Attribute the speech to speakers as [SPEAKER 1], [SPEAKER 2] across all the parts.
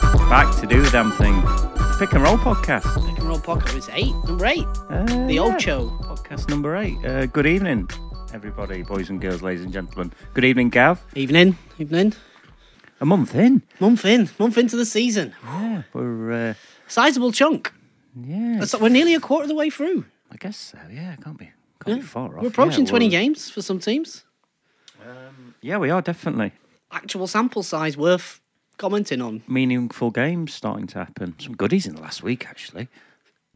[SPEAKER 1] to do the damn thing. Pick and roll podcast.
[SPEAKER 2] Pick and Roll Pocket was eight, number eight,
[SPEAKER 1] Uh,
[SPEAKER 2] the
[SPEAKER 1] yeah.
[SPEAKER 2] old show.
[SPEAKER 1] podcast number eight. Uh, good evening, everybody, boys and girls, ladies and gentlemen. Good evening, Gav.
[SPEAKER 2] Evening, evening,
[SPEAKER 1] A month in.
[SPEAKER 2] month in, month into the season,
[SPEAKER 1] Yeah, we're uh,
[SPEAKER 2] sizable chunk.
[SPEAKER 1] yeah.
[SPEAKER 2] That's, we're nearly a quarter of the way through.
[SPEAKER 1] I guess so. Yeah, can't be can't be far off.
[SPEAKER 2] We're approaching
[SPEAKER 1] yeah,
[SPEAKER 2] 20
[SPEAKER 1] we're-
[SPEAKER 2] games for some teams.
[SPEAKER 1] Yeah, we are definitely
[SPEAKER 2] Actual sample size worth commenting on.
[SPEAKER 1] meaningful games starting to happen. Some goodies in the last week actually.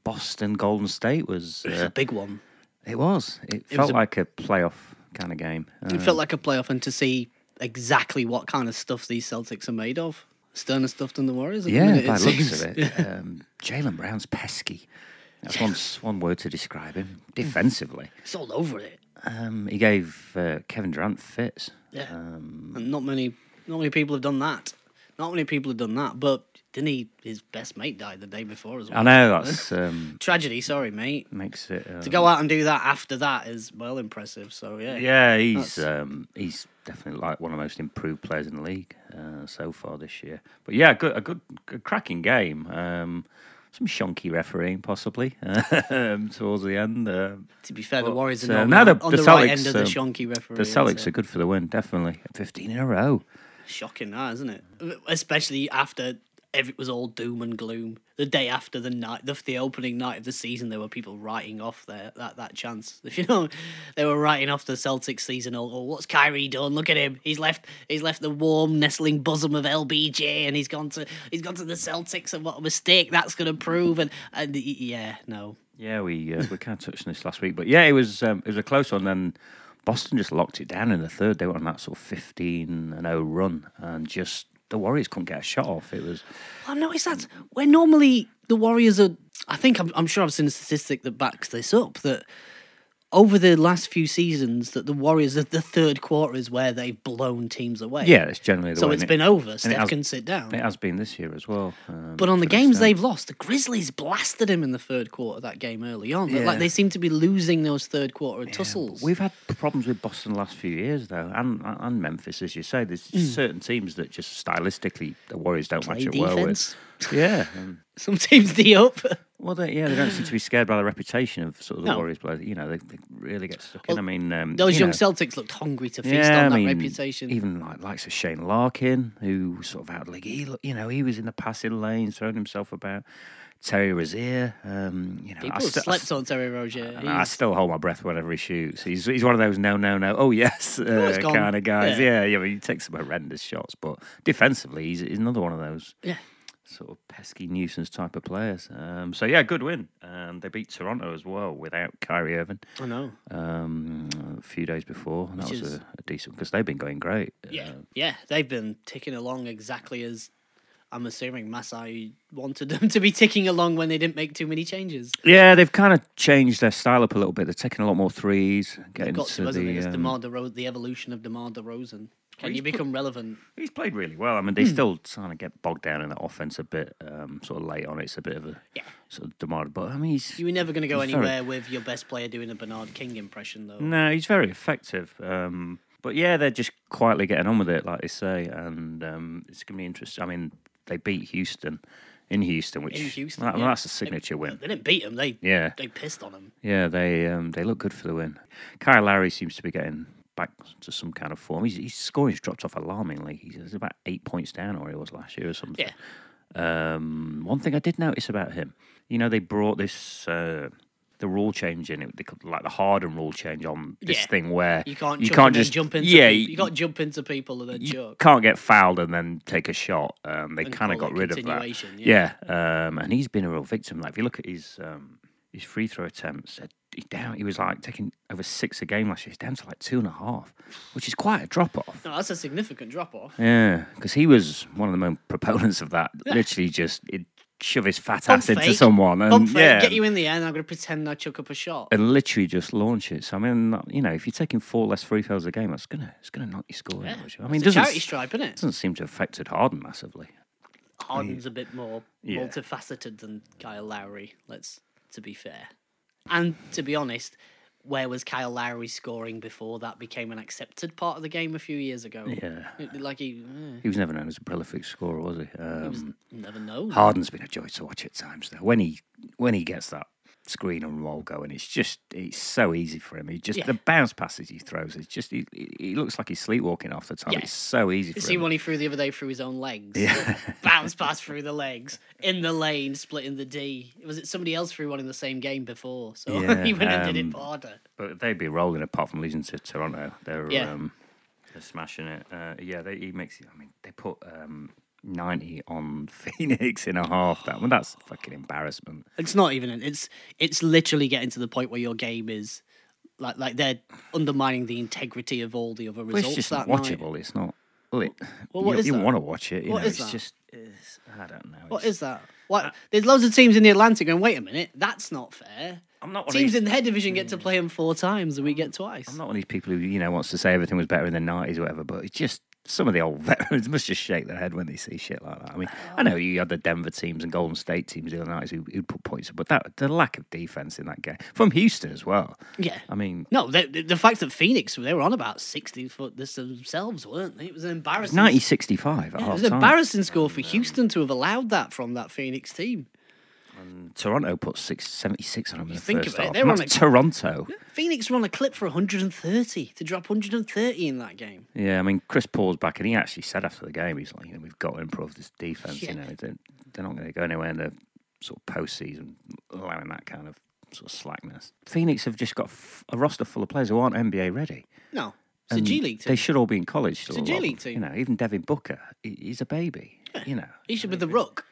[SPEAKER 1] Boston Golden State was
[SPEAKER 2] It's a
[SPEAKER 1] uh,
[SPEAKER 2] big one.
[SPEAKER 1] it was it,
[SPEAKER 2] was
[SPEAKER 1] felt
[SPEAKER 2] a-
[SPEAKER 1] like a playoff kind of game.
[SPEAKER 2] It felt like a playoff, and to see exactly what kind of stuff these Celtics are made of. Sterner stuff than the Warriors. at the
[SPEAKER 1] Yeah,
[SPEAKER 2] minute,
[SPEAKER 1] by the looks
[SPEAKER 2] seems.
[SPEAKER 1] of it, um, Jalen Brown's pesky. That's one s- one word to describe him defensively.
[SPEAKER 2] It's all over it.
[SPEAKER 1] Um, he gave uh, Kevin Durant fits.
[SPEAKER 2] Yeah.
[SPEAKER 1] Um,
[SPEAKER 2] and not many, not many people have done that. Not many people have done that. But didn't he? His best mate died the day before as well.
[SPEAKER 1] I know that's um,
[SPEAKER 2] Tragedy. Sorry, mate.
[SPEAKER 1] makes it. Uh,
[SPEAKER 2] To go out and do that after that is well impressive. So yeah.
[SPEAKER 1] yeah, he's um, he's definitely like one of the most improved players in the league uh, so far this year. But yeah, good, a good, a cracking game. Um, some shonky refereeing possibly um, towards the end. Um,
[SPEAKER 2] To be fair, the
[SPEAKER 1] But,
[SPEAKER 2] Warriors are
[SPEAKER 1] uh,
[SPEAKER 2] not
[SPEAKER 1] now
[SPEAKER 2] on,
[SPEAKER 1] the-
[SPEAKER 2] on
[SPEAKER 1] the
[SPEAKER 2] the,
[SPEAKER 1] Celtics,
[SPEAKER 2] right end of the
[SPEAKER 1] um,
[SPEAKER 2] shonky referee.
[SPEAKER 1] the Celtics are good for the win, definitely. Fifteen in a row.
[SPEAKER 2] shocking, that isn't it? Especially after ev- it was all doom and gloom. The day after the night, the, the opening night of the season, there were people writing off their that, that chance. If you know, they were writing off the Celtics season. Oh, oh, what's Kyrie done? Look at him. He's left. He's left the warm, nestling bosom of LBJ, and he's gone to he's gone to the Celtics. And what a mistake that's going to prove. And and y- yeah, no,
[SPEAKER 1] Yeah, we uh, we kind of touched on this last week, but yeah, it was um, it was a close one. Then Boston just locked it down in the third. They went on that sort of fifteen and zero run, and just the Warriors couldn't get a shot off. It was
[SPEAKER 2] I've noticed that where normally the Warriors are. I think I'm, I'm sure I've seen a statistic that backs this up that over the last few seasons that the Warriors the, the third quarter is where they've blown teams away.
[SPEAKER 1] yeah, it's generally the
[SPEAKER 2] So
[SPEAKER 1] way
[SPEAKER 2] it's
[SPEAKER 1] and
[SPEAKER 2] been
[SPEAKER 1] it,
[SPEAKER 2] over. Steph
[SPEAKER 1] has-
[SPEAKER 2] can sit down.
[SPEAKER 1] it has been this year as well. Um,
[SPEAKER 2] but on the
[SPEAKER 1] to an
[SPEAKER 2] games
[SPEAKER 1] extent.
[SPEAKER 2] they've lost, the Grizzlies blasted him in the third quarter that game early on.
[SPEAKER 1] Yeah.
[SPEAKER 2] Like they seem to be losing those third quarter tussles.
[SPEAKER 1] We've had problems with Boston the last few years, though, and and Memphis, as you say. There's certain teams that just stylistically the Warriors don't
[SPEAKER 2] Mm. Play
[SPEAKER 1] match up well with.
[SPEAKER 2] defense.
[SPEAKER 1] Yeah, um,
[SPEAKER 2] Some teams D up.
[SPEAKER 1] Well, they, yeah, they don't seem to be scared by the reputation of sort of the
[SPEAKER 2] No.
[SPEAKER 1] Warriors players. You know, they, they really get stuck in. I mean, um,
[SPEAKER 2] Those
[SPEAKER 1] you
[SPEAKER 2] young
[SPEAKER 1] know,
[SPEAKER 2] Celtics looked hungry to feast
[SPEAKER 1] yeah,
[SPEAKER 2] on
[SPEAKER 1] I
[SPEAKER 2] that
[SPEAKER 1] mean,
[SPEAKER 2] reputation.
[SPEAKER 1] Even like likes of Shane Larkin, who was sort of out of the league. He, look- you know, he was in the passing lane, throwing himself about. Terry Rozier, um, you know,
[SPEAKER 2] People
[SPEAKER 1] I,
[SPEAKER 2] have
[SPEAKER 1] st- I,
[SPEAKER 2] slept on Terry Rozier.
[SPEAKER 1] st- I
[SPEAKER 2] He's-
[SPEAKER 1] still hold my breath whenever he shoots. He's he's one of those no, no, no. Oh yes, uh,
[SPEAKER 2] it's gone.
[SPEAKER 1] kind of guys.
[SPEAKER 2] Yeah.
[SPEAKER 1] Yeah, yeah. I mean, he takes some horrendous shots, but defensively, he's, he's another one of those
[SPEAKER 2] yeah.
[SPEAKER 1] sort of pesky nuisance type of players. Um, so yeah, good win. Um, they beat Toronto as well without Kyrie Irving
[SPEAKER 2] I know.
[SPEAKER 1] um, a few days before, and that
[SPEAKER 2] Which
[SPEAKER 1] was
[SPEAKER 2] is-
[SPEAKER 1] a, a decent because they've been going great.
[SPEAKER 2] Yeah,
[SPEAKER 1] Uh,
[SPEAKER 2] Um, yeah, they've been ticking along exactly as I'm assuming Masai wanted them to be ticking along when they didn't make too many changes.
[SPEAKER 1] yeah, they've kind of changed their style up a little bit. They're taking a lot more threes. Getting
[SPEAKER 2] Got
[SPEAKER 1] to
[SPEAKER 2] to, hasn't it?
[SPEAKER 1] the,
[SPEAKER 2] It's
[SPEAKER 1] um,
[SPEAKER 2] DeMar DeRozan, the evolution of DeMar DeRozan. Can you become relevant?
[SPEAKER 1] he's played really well. I mean,
[SPEAKER 2] Hmm.
[SPEAKER 1] they still kind of get bogged down in that offense a bit, um, sort of late on. It's a bit of a
[SPEAKER 2] Yeah.
[SPEAKER 1] sort of demanded, but I mean, he's
[SPEAKER 2] You were never going to go
[SPEAKER 1] He's very- Mm.
[SPEAKER 2] anywhere with your best player doing a Bernard King impression, though.
[SPEAKER 1] No, he's very effective. Um, but yeah, they're just quietly getting on with it, like they say, and um, it's going to be interesting. I mean, they beat Houston in Houston, which
[SPEAKER 2] In Houston,
[SPEAKER 1] that-
[SPEAKER 2] yeah.
[SPEAKER 1] that's a signature win.
[SPEAKER 2] They didn't beat him. They
[SPEAKER 1] Yeah,
[SPEAKER 2] they pissed on him.
[SPEAKER 1] yeah, they um, they look good for the win. Kyle Lowry seems to be getting back to some kind of form. He's, his scoring's dropped off alarmingly. He's about eight points down, or he was last year, or something.
[SPEAKER 2] Yeah,
[SPEAKER 1] Um, one thing I did notice about him, you know, they brought this uh, the rule change in, it, they called- like the Harden rule change on this
[SPEAKER 2] Yeah.
[SPEAKER 1] thing where
[SPEAKER 2] you can't.
[SPEAKER 1] you
[SPEAKER 2] jump
[SPEAKER 1] can't
[SPEAKER 2] in and
[SPEAKER 1] just
[SPEAKER 2] jump into.
[SPEAKER 1] yeah
[SPEAKER 2] Yeah, you,
[SPEAKER 1] you-
[SPEAKER 2] can't jump into people and then
[SPEAKER 1] you
[SPEAKER 2] joke.
[SPEAKER 1] can't get fouled and then take a shot. Um, they
[SPEAKER 2] And
[SPEAKER 1] kind of
[SPEAKER 2] call
[SPEAKER 1] got
[SPEAKER 2] it
[SPEAKER 1] rid of that.
[SPEAKER 2] continuation,
[SPEAKER 1] Yeah, um, and he's been a real victim. Like if you look at his um, his free throw attempts, uh, he down he was like taking over six a game last year. He's down to like two and a half, which is quite a drop off.
[SPEAKER 2] No, that's a significant drop off.
[SPEAKER 1] Yeah, because he was one of the main proponents of that. Literally, just it shove his fat
[SPEAKER 2] Bump
[SPEAKER 1] ass into
[SPEAKER 2] fake.
[SPEAKER 1] someone and
[SPEAKER 2] Bump fake,
[SPEAKER 1] Um, yeah,
[SPEAKER 2] get you in the end. I'm going to pretend I chuck up a shot.
[SPEAKER 1] and literally just launch it. So I mean, that- you know, if you're taking four less free throws a game, that's gonna it's gonna knock your score. I
[SPEAKER 2] Yeah.
[SPEAKER 1] mean, it
[SPEAKER 2] it's a
[SPEAKER 1] doesn't
[SPEAKER 2] charity stripe, isn't it?
[SPEAKER 1] doesn't seem to have affected Harden massively.
[SPEAKER 2] Harden's a bit more
[SPEAKER 1] Yeah.
[SPEAKER 2] multifaceted than Kyle Lowry. Let's to be fair, and to be honest, where was Kyle Lowry scoring before that became an accepted part of the game a few years ago?
[SPEAKER 1] Yeah.
[SPEAKER 2] It- Like he, eh,
[SPEAKER 1] He was never known as a prolific scorer, was he?
[SPEAKER 2] you
[SPEAKER 1] Um,
[SPEAKER 2] just never know.
[SPEAKER 1] Harden's been a joy to watch at times though. When he when he gets that screen and roll going, it's just it's so easy for him. He just
[SPEAKER 2] Yeah.
[SPEAKER 1] the bounce passes he throws is just he, he he looks like he's sleepwalking half the time.
[SPEAKER 2] Yeah.
[SPEAKER 1] It's so easy for
[SPEAKER 2] You see
[SPEAKER 1] him.
[SPEAKER 2] one he threw the other day through his own legs.
[SPEAKER 1] Yeah.
[SPEAKER 2] Bounce pass through the legs in the lane, splitting the D. Was it somebody else threw one in the same game before? So
[SPEAKER 1] Yeah,
[SPEAKER 2] he went and did
[SPEAKER 1] um,
[SPEAKER 2] it harder.
[SPEAKER 1] But they'd be rolling apart from losing to Toronto. They're
[SPEAKER 2] Yeah.
[SPEAKER 1] um, they're smashing it. Uh, yeah, they, he makes. I mean, they put um, ninety on Phoenix in a half. That one. That's fucking embarrassment.
[SPEAKER 2] It's not even. an- It's it's literally getting to the point where your game is like like they're undermining the integrity of all the other
[SPEAKER 1] But
[SPEAKER 2] results
[SPEAKER 1] it's just
[SPEAKER 2] that
[SPEAKER 1] not
[SPEAKER 2] night.
[SPEAKER 1] watchable. It's not. Well, it, you,
[SPEAKER 2] well, what is that?
[SPEAKER 1] want to watch it. You
[SPEAKER 2] What
[SPEAKER 1] know,
[SPEAKER 2] is
[SPEAKER 1] it's
[SPEAKER 2] that?
[SPEAKER 1] just. It's, I don't know.
[SPEAKER 2] What
[SPEAKER 1] it's-
[SPEAKER 2] is that?
[SPEAKER 1] Uh,
[SPEAKER 2] What? There's loads of teams in the Atlantic going. Wait a minute, that's not fair.
[SPEAKER 1] I'm not one of
[SPEAKER 2] Teams
[SPEAKER 1] these,
[SPEAKER 2] in their division get to play them four times, and we get twice.
[SPEAKER 1] I'm not one of these people who you know wants to say everything was better in the nineties or whatever. But it's just some of the old veterans must just shake their head when they see shit like that. I mean, I know you had the Denver teams and Golden State teams the other night who, who put points up, but that the lack of defense in that game from Houston as well.
[SPEAKER 2] Yeah.
[SPEAKER 1] I mean,
[SPEAKER 2] No, the, the- the fact that Phoenix they were on about sixty for this themselves, weren't they? It was an embarrassing.
[SPEAKER 1] 90-65 at
[SPEAKER 2] It
[SPEAKER 1] half
[SPEAKER 2] was an
[SPEAKER 1] time.
[SPEAKER 2] embarrassing score for Houston to have allowed that from that Phoenix team.
[SPEAKER 1] Toronto put six seventy six on them in the
[SPEAKER 2] think
[SPEAKER 1] first
[SPEAKER 2] of it,
[SPEAKER 1] half.
[SPEAKER 2] they
[SPEAKER 1] and
[SPEAKER 2] were
[SPEAKER 1] that's
[SPEAKER 2] on
[SPEAKER 1] Toronto.
[SPEAKER 2] Phoenix were on a clip for 130 to drop 130 in that game.
[SPEAKER 1] Yeah, I mean, Chris Paul's back, and he actually said after the game, he's like, you know, we've got to improve this defense.
[SPEAKER 2] Yeah.
[SPEAKER 1] You know, they're, they're not going to go anywhere in the sort of postseason, allowing that kind of sort of slackness. Phoenix have just got f- a roster full of players who aren't NBA ready.
[SPEAKER 2] No, it's a G League
[SPEAKER 1] They
[SPEAKER 2] team.
[SPEAKER 1] should all be in college. Still,
[SPEAKER 2] It's a G
[SPEAKER 1] lot of
[SPEAKER 2] League
[SPEAKER 1] them.
[SPEAKER 2] team.
[SPEAKER 1] You know, even Devin Booker, he- he's a baby. You know,
[SPEAKER 2] he should be the rook.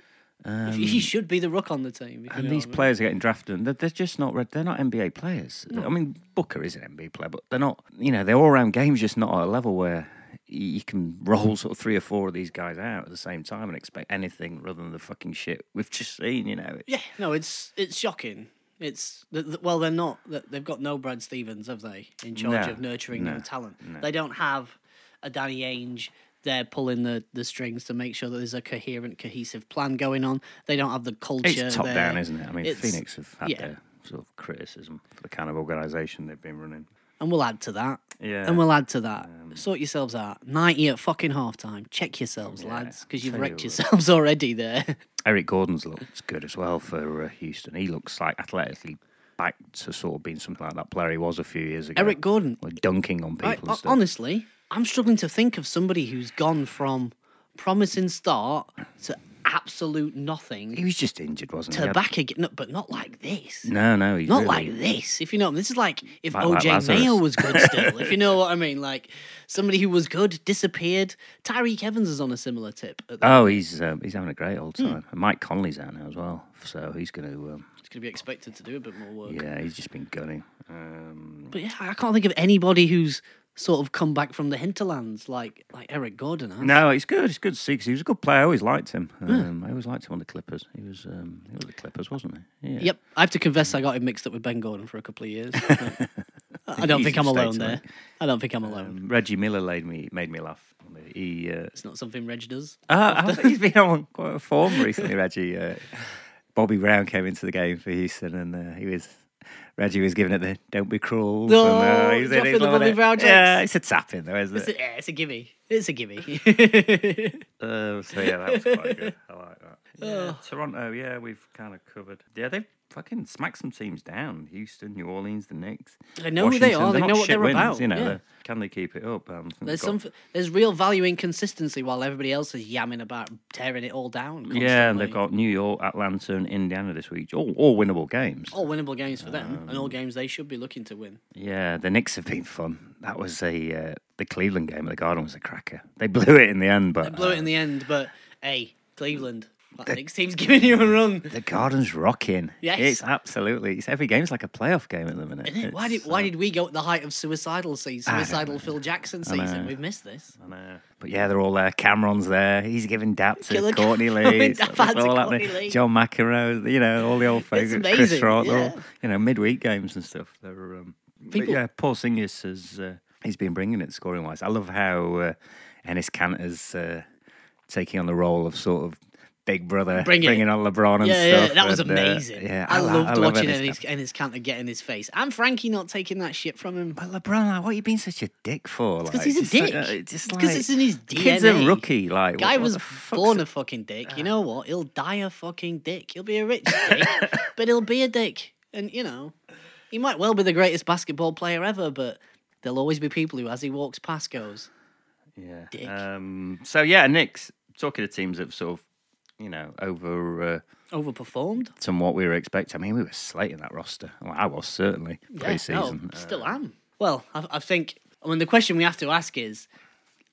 [SPEAKER 2] he should be the rook on the team. if you
[SPEAKER 1] Um, And
[SPEAKER 2] know
[SPEAKER 1] these
[SPEAKER 2] what I mean.
[SPEAKER 1] players are getting drafted, and they're, they're just not red. They're not NBA players. I mean, Booker is an NBA player, but they're not. You know, their all-round game's just not at a level where y- you can roll sort of three or four of these guys out at the same time and expect anything rather than the fucking shit we've just seen. You know,
[SPEAKER 2] Yeah, no, it's it's shocking. It's th- th- well, they're not. th- They've got no Brad Stevens, have they? In charge
[SPEAKER 1] No,
[SPEAKER 2] of nurturing
[SPEAKER 1] no,
[SPEAKER 2] young talent, they don't have a Danny Ainge. They're pulling the, the strings to make sure that there's a coherent, cohesive plan going on. They don't have the culture.
[SPEAKER 1] it's top
[SPEAKER 2] there.
[SPEAKER 1] down, isn't it? I mean,
[SPEAKER 2] It's-
[SPEAKER 1] Phoenix have had
[SPEAKER 2] yeah.
[SPEAKER 1] their sort of criticism for the kind of organisation they've been running.
[SPEAKER 2] And we'll add to that.
[SPEAKER 1] Yeah. Um,
[SPEAKER 2] And we'll add to that. sort yourselves out. Ninety at fucking half time. Check yourselves,
[SPEAKER 1] Yeah,
[SPEAKER 2] lads, because you've
[SPEAKER 1] tell you
[SPEAKER 2] wrecked
[SPEAKER 1] what.
[SPEAKER 2] yourselves already there.
[SPEAKER 1] Eric Gordon's looks good as well for uh, Houston. He looks like athletically back to sort of being something like that player he was a few years ago.
[SPEAKER 2] Eric Gordon,
[SPEAKER 1] Like dunking on people
[SPEAKER 2] Right,
[SPEAKER 1] and
[SPEAKER 2] ho-
[SPEAKER 1] stuff.
[SPEAKER 2] honestly, I'm struggling to think of somebody who's gone from promising start to absolute nothing
[SPEAKER 1] He was just injured, wasn't he?
[SPEAKER 2] to back again, no, but not like this.
[SPEAKER 1] No, no, he's
[SPEAKER 2] Not
[SPEAKER 1] really-
[SPEAKER 2] like this, if you know. what I mean. This is like if
[SPEAKER 1] Like- like
[SPEAKER 2] OJ Mayo
[SPEAKER 1] Lazarus.
[SPEAKER 2] was good still, if you know what I mean. Like somebody who was good disappeared. Tyreek Evans is on a similar tip. At the,
[SPEAKER 1] Oh, he's um, he's having a great
[SPEAKER 2] Hmm.
[SPEAKER 1] old time. And Mike Conley's out now as well, so he's going to. Um,
[SPEAKER 2] he's going to be expected to do a bit more work.
[SPEAKER 1] yeah, he's just been gunning. Um,
[SPEAKER 2] But yeah, I can't think of anybody who's sort of come back from the hinterlands like like Eric Gordon. Has.
[SPEAKER 1] no, it's good. It's good to see 'cause he was a good player. I always liked him.
[SPEAKER 2] Hmm.
[SPEAKER 1] Um, I always liked him on the Clippers. He was um, he was the Clippers, wasn't he? Yeah.
[SPEAKER 2] Yep, I have to confess I got him mixed up with Ben Gordon for a couple of years. I I don't think
[SPEAKER 1] Easy
[SPEAKER 2] I'm alone
[SPEAKER 1] mistake to
[SPEAKER 2] there. I don't think I'm alone.
[SPEAKER 1] Um, Reggie Miller made me made me laugh. He uh,
[SPEAKER 2] it's not something Reg does.
[SPEAKER 1] Uh, I think he's been on quite a form recently, Reggie. Uh, Bobby Brown came into the game for Houston, and uh, he was Reggie was giving it the "Don't be cruel."
[SPEAKER 2] No,
[SPEAKER 1] from, uh, he was in his
[SPEAKER 2] dropping the
[SPEAKER 1] little
[SPEAKER 2] Bobby
[SPEAKER 1] bit.
[SPEAKER 2] Brown
[SPEAKER 1] Yeah,
[SPEAKER 2] jokes.
[SPEAKER 1] it's a tap in, though, isn't
[SPEAKER 2] It's
[SPEAKER 1] it?
[SPEAKER 2] a, yeah, it's a gimme. It's a gimme.
[SPEAKER 1] Uh, so yeah, that was quite good. I like that. Yeah, Toronto. Yeah, we've kind of covered. Yeah, they've fucking smacked some teams down: Houston, New Orleans, the Knicks.
[SPEAKER 2] They know who they
[SPEAKER 1] Washington.
[SPEAKER 2] are, they
[SPEAKER 1] not
[SPEAKER 2] know what
[SPEAKER 1] shit
[SPEAKER 2] they're
[SPEAKER 1] wins,
[SPEAKER 2] about,
[SPEAKER 1] You know,
[SPEAKER 2] yeah.
[SPEAKER 1] they're- can they keep it up? Um, I think
[SPEAKER 2] there's
[SPEAKER 1] they've got-
[SPEAKER 2] some. There's real value in consistency while everybody else is yamming about tearing it all down.
[SPEAKER 1] Yeah, and they've
[SPEAKER 2] constantly.
[SPEAKER 1] got New York, Atlanta, and Indiana this week. All, all winnable games.
[SPEAKER 2] all winnable games for them, and all games they should be looking to win.
[SPEAKER 1] Yeah, the Knicks have been fun. That was a uh, the Cleveland game at the Garden was a cracker. They blew it in the end, but
[SPEAKER 2] They blew it in the end, but hey, Cleveland, that Knicks team's giving you a run.
[SPEAKER 1] the Garden's rocking.
[SPEAKER 2] Yes.
[SPEAKER 1] it's absolutely. It's every game's like a playoff game at the minute.
[SPEAKER 2] Isn't it? Why did
[SPEAKER 1] It's,
[SPEAKER 2] why did we go at the height of suicidal season,
[SPEAKER 1] don't
[SPEAKER 2] suicidal Phil Jackson season? We've missed this.
[SPEAKER 1] I know. uh, But yeah, they're all there. Cameron's there. He's giving dap to
[SPEAKER 2] Killer
[SPEAKER 1] Courtney
[SPEAKER 2] Cameron,
[SPEAKER 1] Lee. It's
[SPEAKER 2] dap
[SPEAKER 1] all
[SPEAKER 2] to
[SPEAKER 1] out there.
[SPEAKER 2] Courtney Lee.
[SPEAKER 1] John McEnroe. You know, all the old folks. Chris
[SPEAKER 2] amazing,
[SPEAKER 1] Rock. they're
[SPEAKER 2] yeah.
[SPEAKER 1] all, you know, midweek games and stuff. They're um, but
[SPEAKER 2] People-
[SPEAKER 1] yeah. Paul Singers has uh, he's been bringing it scoring wise. I love how uh, Ennis Cantor's uh, taking on the role of sort of Big Brother
[SPEAKER 2] Bring it.
[SPEAKER 1] bringing on LeBron and
[SPEAKER 2] yeah, yeah,
[SPEAKER 1] stuff.
[SPEAKER 2] that was
[SPEAKER 1] and, uh,
[SPEAKER 2] amazing.
[SPEAKER 1] yeah,
[SPEAKER 2] I,
[SPEAKER 1] lo-
[SPEAKER 2] loved
[SPEAKER 1] love
[SPEAKER 2] watching
[SPEAKER 1] Ennis
[SPEAKER 2] Ennis, Ennis Cantor get in his face. And Frankie not taking that shit from him.
[SPEAKER 1] But LeBron, like, what are you being such a dick for? Like,
[SPEAKER 2] Because he's a
[SPEAKER 1] it's just
[SPEAKER 2] dick.
[SPEAKER 1] like- uh, it's
[SPEAKER 2] It's
[SPEAKER 1] just
[SPEAKER 2] 'cause
[SPEAKER 1] like,
[SPEAKER 2] it's in his DNA.
[SPEAKER 1] Kid's a rookie. Like,
[SPEAKER 2] Guy
[SPEAKER 1] what- what
[SPEAKER 2] was
[SPEAKER 1] the fuck's- Uh.
[SPEAKER 2] born a fucking dick. You know what? He'll die a fucking dick. He'll be a rich dick, but he'll be a dick. And you know, he might well be the greatest basketball player ever, but there'll always be people who, as he walks past, goes,
[SPEAKER 1] Yeah.
[SPEAKER 2] dick.
[SPEAKER 1] Um, so yeah, Knicks. Talking to teams that sort of, you know, over uh,
[SPEAKER 2] overperformed.
[SPEAKER 1] from what we were expecting. I mean, we were slating that roster. Well, I was certainly preseason.
[SPEAKER 2] no, still am. Well, I, I think. I mean, the question we have to ask is: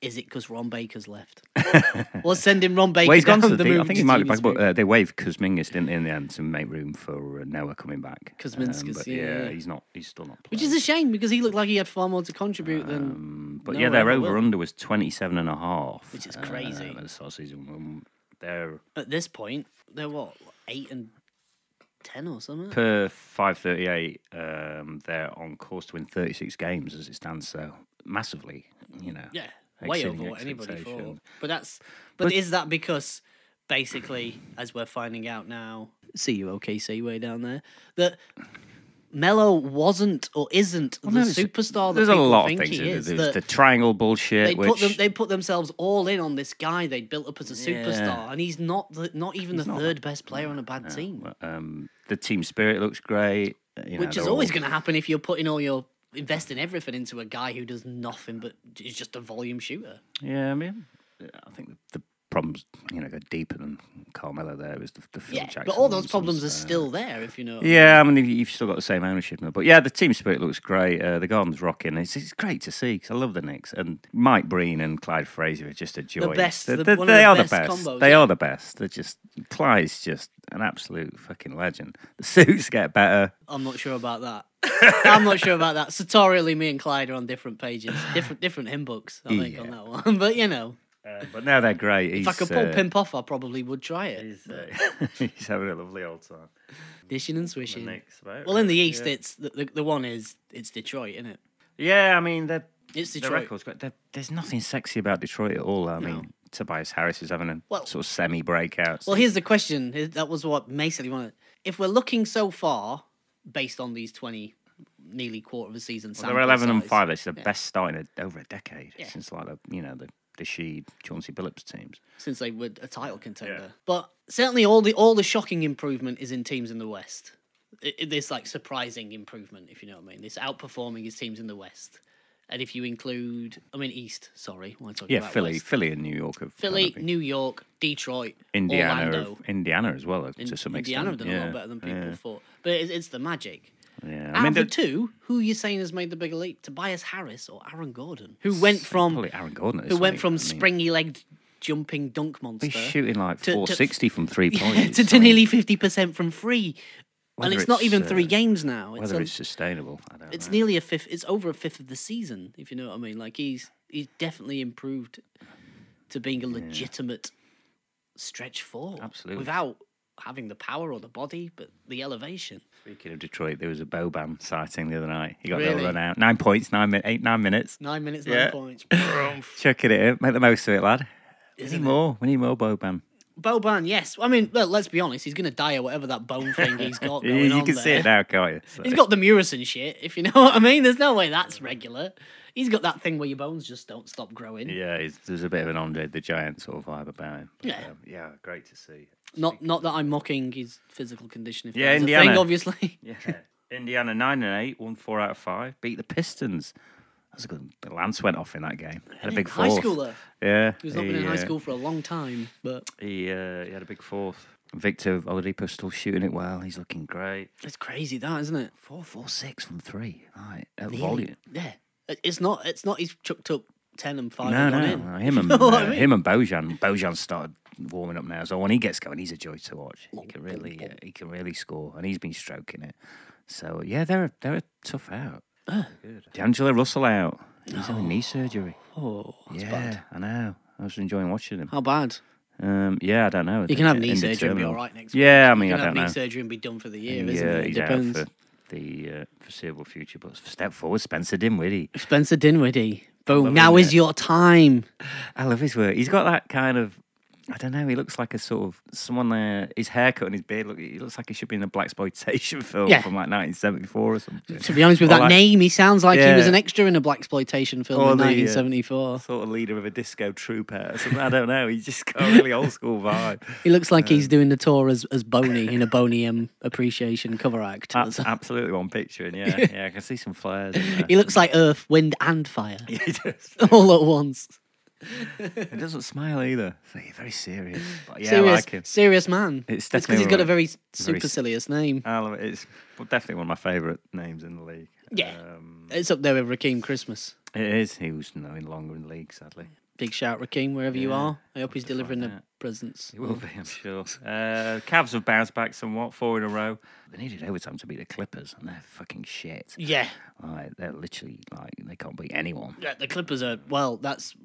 [SPEAKER 2] Is it because Ron Baker's left? We're sending Ron Baker
[SPEAKER 1] well, he's
[SPEAKER 2] down
[SPEAKER 1] gone to the, D-
[SPEAKER 2] the moon.
[SPEAKER 1] I think he might be back, but uh, they waived Kuzmingas didn't they, in the end to make room for uh, Noah coming back. Um,
[SPEAKER 2] Kuzminskas,
[SPEAKER 1] but
[SPEAKER 2] yeah, yeah.
[SPEAKER 1] he's not. He's still not.
[SPEAKER 2] which
[SPEAKER 1] playing.
[SPEAKER 2] is a shame because he looked like he had far more to contribute than.
[SPEAKER 1] Um, but
[SPEAKER 2] No,
[SPEAKER 1] yeah, their
[SPEAKER 2] I
[SPEAKER 1] over
[SPEAKER 2] will.
[SPEAKER 1] under was 27 and a half.
[SPEAKER 2] Which is crazy.
[SPEAKER 1] Um, at the start of season one. They're
[SPEAKER 2] At this point, they're what eight and ten or something.
[SPEAKER 1] per 538, um, they're on course to win 36 games as it stands. So massively, you know.
[SPEAKER 2] yeah, way
[SPEAKER 1] exceeding
[SPEAKER 2] over what anybody thought.
[SPEAKER 1] expectation.
[SPEAKER 2] But that's. But, is that because? Basically, as we're finding out now, see you OKC way down there. That Melo wasn't or isn't the
[SPEAKER 1] no, it's-
[SPEAKER 2] superstar that
[SPEAKER 1] There's a
[SPEAKER 2] people
[SPEAKER 1] lot of
[SPEAKER 2] think
[SPEAKER 1] things.
[SPEAKER 2] he
[SPEAKER 1] There's
[SPEAKER 2] is. that-
[SPEAKER 1] the triangle bullshit.
[SPEAKER 2] They
[SPEAKER 1] which...
[SPEAKER 2] put them, they put themselves all in on this guy they built up as a superstar,
[SPEAKER 1] Yeah.
[SPEAKER 2] and he's not the, not even the
[SPEAKER 1] not
[SPEAKER 2] third best player on a bad team,
[SPEAKER 1] Well, um, the team spirit looks great. uh, you know,
[SPEAKER 2] which is
[SPEAKER 1] they're
[SPEAKER 2] always
[SPEAKER 1] all-
[SPEAKER 2] going to happen if you're putting all your investing everything into a guy who does nothing but is just a volume shooter.
[SPEAKER 1] Yeah, I mean, I think the problems, you know, go deeper than Carmelo. There was the, the Phil
[SPEAKER 2] Yeah,
[SPEAKER 1] Jackson
[SPEAKER 2] but all
[SPEAKER 1] nonsense
[SPEAKER 2] those
[SPEAKER 1] uh,
[SPEAKER 2] problems are
[SPEAKER 1] there.
[SPEAKER 2] still there if you know. what I mean.
[SPEAKER 1] Yeah, I mean, you- you've still got the same ownership, now. but yeah, the team spirit looks great. Uh, the garden's rocking. It's, it's great to see because I love the Knicks and Mike Breen and Clyde Frazier are just a joy.
[SPEAKER 2] best,
[SPEAKER 1] They,
[SPEAKER 2] the-
[SPEAKER 1] they-
[SPEAKER 2] one of
[SPEAKER 1] they
[SPEAKER 2] the
[SPEAKER 1] are the
[SPEAKER 2] best
[SPEAKER 1] best.
[SPEAKER 2] combos,
[SPEAKER 1] they
[SPEAKER 2] yeah.
[SPEAKER 1] are the best. They're just Clyde's just an absolute fucking legend. The suits get better.
[SPEAKER 2] I'm not sure about that. I'm not sure about that. Sartorially, me and Clyde are on different pages, different different hymn books. I think on
[SPEAKER 1] Yeah.
[SPEAKER 2] that one, but you know,
[SPEAKER 1] Uh, but now they're great.
[SPEAKER 2] if
[SPEAKER 1] He's,
[SPEAKER 2] I could pull
[SPEAKER 1] uh,
[SPEAKER 2] pimp off, I probably would try it.
[SPEAKER 1] He's, uh, he's having a lovely old time.
[SPEAKER 2] Dishing and swishing.
[SPEAKER 1] Knicks, right?
[SPEAKER 2] Well, in the East,
[SPEAKER 1] yeah.
[SPEAKER 2] it's the, the, the one is it's Detroit, isn't it?
[SPEAKER 1] yeah, I mean, they're,
[SPEAKER 2] It's
[SPEAKER 1] the
[SPEAKER 2] Detroit.
[SPEAKER 1] record's great. They're, there's nothing sexy about Detroit at all. I mean, Tobias Harris is having a
[SPEAKER 2] Well-
[SPEAKER 1] sort of semi breakout.
[SPEAKER 2] well, here's the question. Here- That was what basically wanted. If we're looking so far, based on these twenty, nearly quarter of a season,
[SPEAKER 1] they're
[SPEAKER 2] sample
[SPEAKER 1] 11 and
[SPEAKER 2] size,
[SPEAKER 1] five. It's the best start in a, over a decade
[SPEAKER 2] Yeah.
[SPEAKER 1] since like the you know the the Sheed, Chauncey Billups teams.
[SPEAKER 2] since they were a title contender.
[SPEAKER 1] Yeah.
[SPEAKER 2] But certainly, all the all the shocking improvement is in teams in the West. I I- this like surprising improvement, if you know what I mean. This outperforming his teams in the West, and if you include, I mean East. Sorry, why am I talking
[SPEAKER 1] Yeah,
[SPEAKER 2] about
[SPEAKER 1] Philly,
[SPEAKER 2] West?
[SPEAKER 1] Philly and New York have
[SPEAKER 2] Philly,
[SPEAKER 1] kind of-
[SPEAKER 2] New York, Detroit,
[SPEAKER 1] Indiana, have-
[SPEAKER 2] Orlando.
[SPEAKER 1] Indiana as well to some
[SPEAKER 2] Indiana have
[SPEAKER 1] extent.
[SPEAKER 2] done a
[SPEAKER 1] yeah.
[SPEAKER 2] lot better than people thought. But it's, it's the magic.
[SPEAKER 1] Yeah,
[SPEAKER 2] Out
[SPEAKER 1] I mean,
[SPEAKER 2] of the
[SPEAKER 1] they're
[SPEAKER 2] two, who are you saying has made the bigger leap? Tobias Harris or Aaron Gordon, who went from
[SPEAKER 1] probably Aaron Gordon. at
[SPEAKER 2] who
[SPEAKER 1] this
[SPEAKER 2] went
[SPEAKER 1] rate,
[SPEAKER 2] from
[SPEAKER 1] I mean,
[SPEAKER 2] springy legged jumping dunk monster
[SPEAKER 1] he's shooting like
[SPEAKER 2] to- to-
[SPEAKER 1] 460 from three points
[SPEAKER 2] to,
[SPEAKER 1] I
[SPEAKER 2] to
[SPEAKER 1] mean,
[SPEAKER 2] nearly fifty percent from free, and
[SPEAKER 1] whether
[SPEAKER 2] it's, not even
[SPEAKER 1] uh,
[SPEAKER 2] three games now. It's
[SPEAKER 1] Whether
[SPEAKER 2] a-
[SPEAKER 1] it's uh, sustainable, I don't
[SPEAKER 2] it's
[SPEAKER 1] know.
[SPEAKER 2] nearly a fifth. It's over a fifth of the season, if you know what I mean. Like he's he's definitely improved to being a legitimate stretch four,
[SPEAKER 1] Absolutely.
[SPEAKER 2] without having the power or the body, but the elevation.
[SPEAKER 1] Speaking of Detroit, there was a Boban sighting the other night. He got a
[SPEAKER 2] Really?
[SPEAKER 1] little run out. Nine points, nine min- eight, nine minutes.
[SPEAKER 2] Nine minutes, nine
[SPEAKER 1] Yeah.
[SPEAKER 2] points.
[SPEAKER 1] Chucking it in. Make the most of it, lad. we need more. We need more Boban.
[SPEAKER 2] Boban, yes. I mean, well, let's be honest. He's going to die of whatever that bone thing he's got
[SPEAKER 1] You,
[SPEAKER 2] going
[SPEAKER 1] you
[SPEAKER 2] on
[SPEAKER 1] can
[SPEAKER 2] there.
[SPEAKER 1] see it now, can't you? So-
[SPEAKER 2] He's got the Murison shit, if you know what I mean. There's no way that's regular. He's got that thing where your bones just don't stop growing.
[SPEAKER 1] Yeah, he's, there's a bit of an Andre the Giant sort of vibe about him. But,
[SPEAKER 2] Yeah.
[SPEAKER 1] um, yeah, great to see.
[SPEAKER 2] Not not that I'm mocking his physical condition. If
[SPEAKER 1] Yeah,
[SPEAKER 2] that's a thing,
[SPEAKER 1] Indiana.
[SPEAKER 2] obviously.
[SPEAKER 1] Yeah. Indiana nine and eight, won four out of five, beat the Pistons. That's a good. Lance went off in that game. Had a big
[SPEAKER 2] high
[SPEAKER 1] fourth.
[SPEAKER 2] schooler.
[SPEAKER 1] Yeah,
[SPEAKER 2] He's not been in
[SPEAKER 1] uh,
[SPEAKER 2] high school for a long time, but
[SPEAKER 1] He uh, he had a big fourth. Victor Oladipo still shooting it well. He's looking great.
[SPEAKER 2] it's crazy that, isn't it?
[SPEAKER 1] Four, four, six from three. Right, at
[SPEAKER 2] Really?
[SPEAKER 1] volume.
[SPEAKER 2] Yeah. It- It's not. It's not. He's chucked up ten and five.
[SPEAKER 1] No,
[SPEAKER 2] and gone
[SPEAKER 1] no,
[SPEAKER 2] in.
[SPEAKER 1] no, him and
[SPEAKER 2] You know
[SPEAKER 1] uh,
[SPEAKER 2] what I mean?
[SPEAKER 1] him and Bojan. Bojan started warming up now, so when he gets going, he's a joy to watch. He can really, uh, he can really score, and he's been stroking it. So yeah, they're they're a tough out. D'Angelo Russell out. He's having knee surgery.
[SPEAKER 2] Oh, that's
[SPEAKER 1] yeah,
[SPEAKER 2] bad.
[SPEAKER 1] I know. I was enjoying watching him.
[SPEAKER 2] How bad?
[SPEAKER 1] Um, yeah, I don't know.
[SPEAKER 2] You can have knee surgery and be
[SPEAKER 1] Indeterminate.
[SPEAKER 2] all right next.
[SPEAKER 1] Yeah, I
[SPEAKER 2] week.
[SPEAKER 1] mean,
[SPEAKER 2] you
[SPEAKER 1] I
[SPEAKER 2] can have
[SPEAKER 1] don't
[SPEAKER 2] knee
[SPEAKER 1] know.
[SPEAKER 2] surgery and be done for the year,
[SPEAKER 1] He,
[SPEAKER 2] isn't
[SPEAKER 1] uh,
[SPEAKER 2] it? It
[SPEAKER 1] he's out
[SPEAKER 2] depends.
[SPEAKER 1] for the uh, foreseeable future. But step forward, Spencer Dinwiddie.
[SPEAKER 2] Spencer Dinwiddie. Boom. Now is your time.
[SPEAKER 1] I love his work. He's got that kind of I don't know. He looks like a sort of someone there. His haircut and his beard look. He looks like he should be in a black exploitation film
[SPEAKER 2] Yeah.
[SPEAKER 1] from like 1974 or something.
[SPEAKER 2] To be honest with
[SPEAKER 1] Or
[SPEAKER 2] that
[SPEAKER 1] like-
[SPEAKER 2] name, he sounds like he was
[SPEAKER 1] Yeah.
[SPEAKER 2] an extra in a black exploitation film
[SPEAKER 1] Or
[SPEAKER 2] in
[SPEAKER 1] the, uh,
[SPEAKER 2] 1974.
[SPEAKER 1] Sort of leader of a disco trooper or something. I don't know. He's just got a really old school vibe.
[SPEAKER 2] He looks like
[SPEAKER 1] Um,
[SPEAKER 2] he's doing the tour as, as Boney in a Boney M appreciation cover act.
[SPEAKER 1] That's absolutely one picture, and yeah, yeah, I can see some flares. In there.
[SPEAKER 2] he looks like Earth, Wind, and Fire
[SPEAKER 1] He does.
[SPEAKER 2] all at once.
[SPEAKER 1] He doesn't smile either. So you're very serious. But yeah, I
[SPEAKER 2] serious,
[SPEAKER 1] like him.
[SPEAKER 2] serious man.
[SPEAKER 1] It's
[SPEAKER 2] because
[SPEAKER 1] definitely
[SPEAKER 2] he's got a
[SPEAKER 1] right. very
[SPEAKER 2] very
[SPEAKER 1] s-
[SPEAKER 2] supercilious name.
[SPEAKER 1] I love it. It's definitely one of my favourite names in the league.
[SPEAKER 2] Yeah.
[SPEAKER 1] Um,
[SPEAKER 2] It's up there with Raheem Christmas.
[SPEAKER 1] it is. He was no longer in the league, sadly.
[SPEAKER 2] Big shout, Raheem, wherever you
[SPEAKER 1] Yeah,
[SPEAKER 2] are. I hope he's
[SPEAKER 1] to find
[SPEAKER 2] delivering the
[SPEAKER 1] out.
[SPEAKER 2] presents.
[SPEAKER 1] It will be, I'm sure. Uh, Cavs have bounced back somewhat, four in a row. They needed overtime to beat the Clippers, and they're fucking shit.
[SPEAKER 2] Yeah,
[SPEAKER 1] Like, they're literally like they can't beat anyone.
[SPEAKER 2] yeah, the Clippers are. Well, that's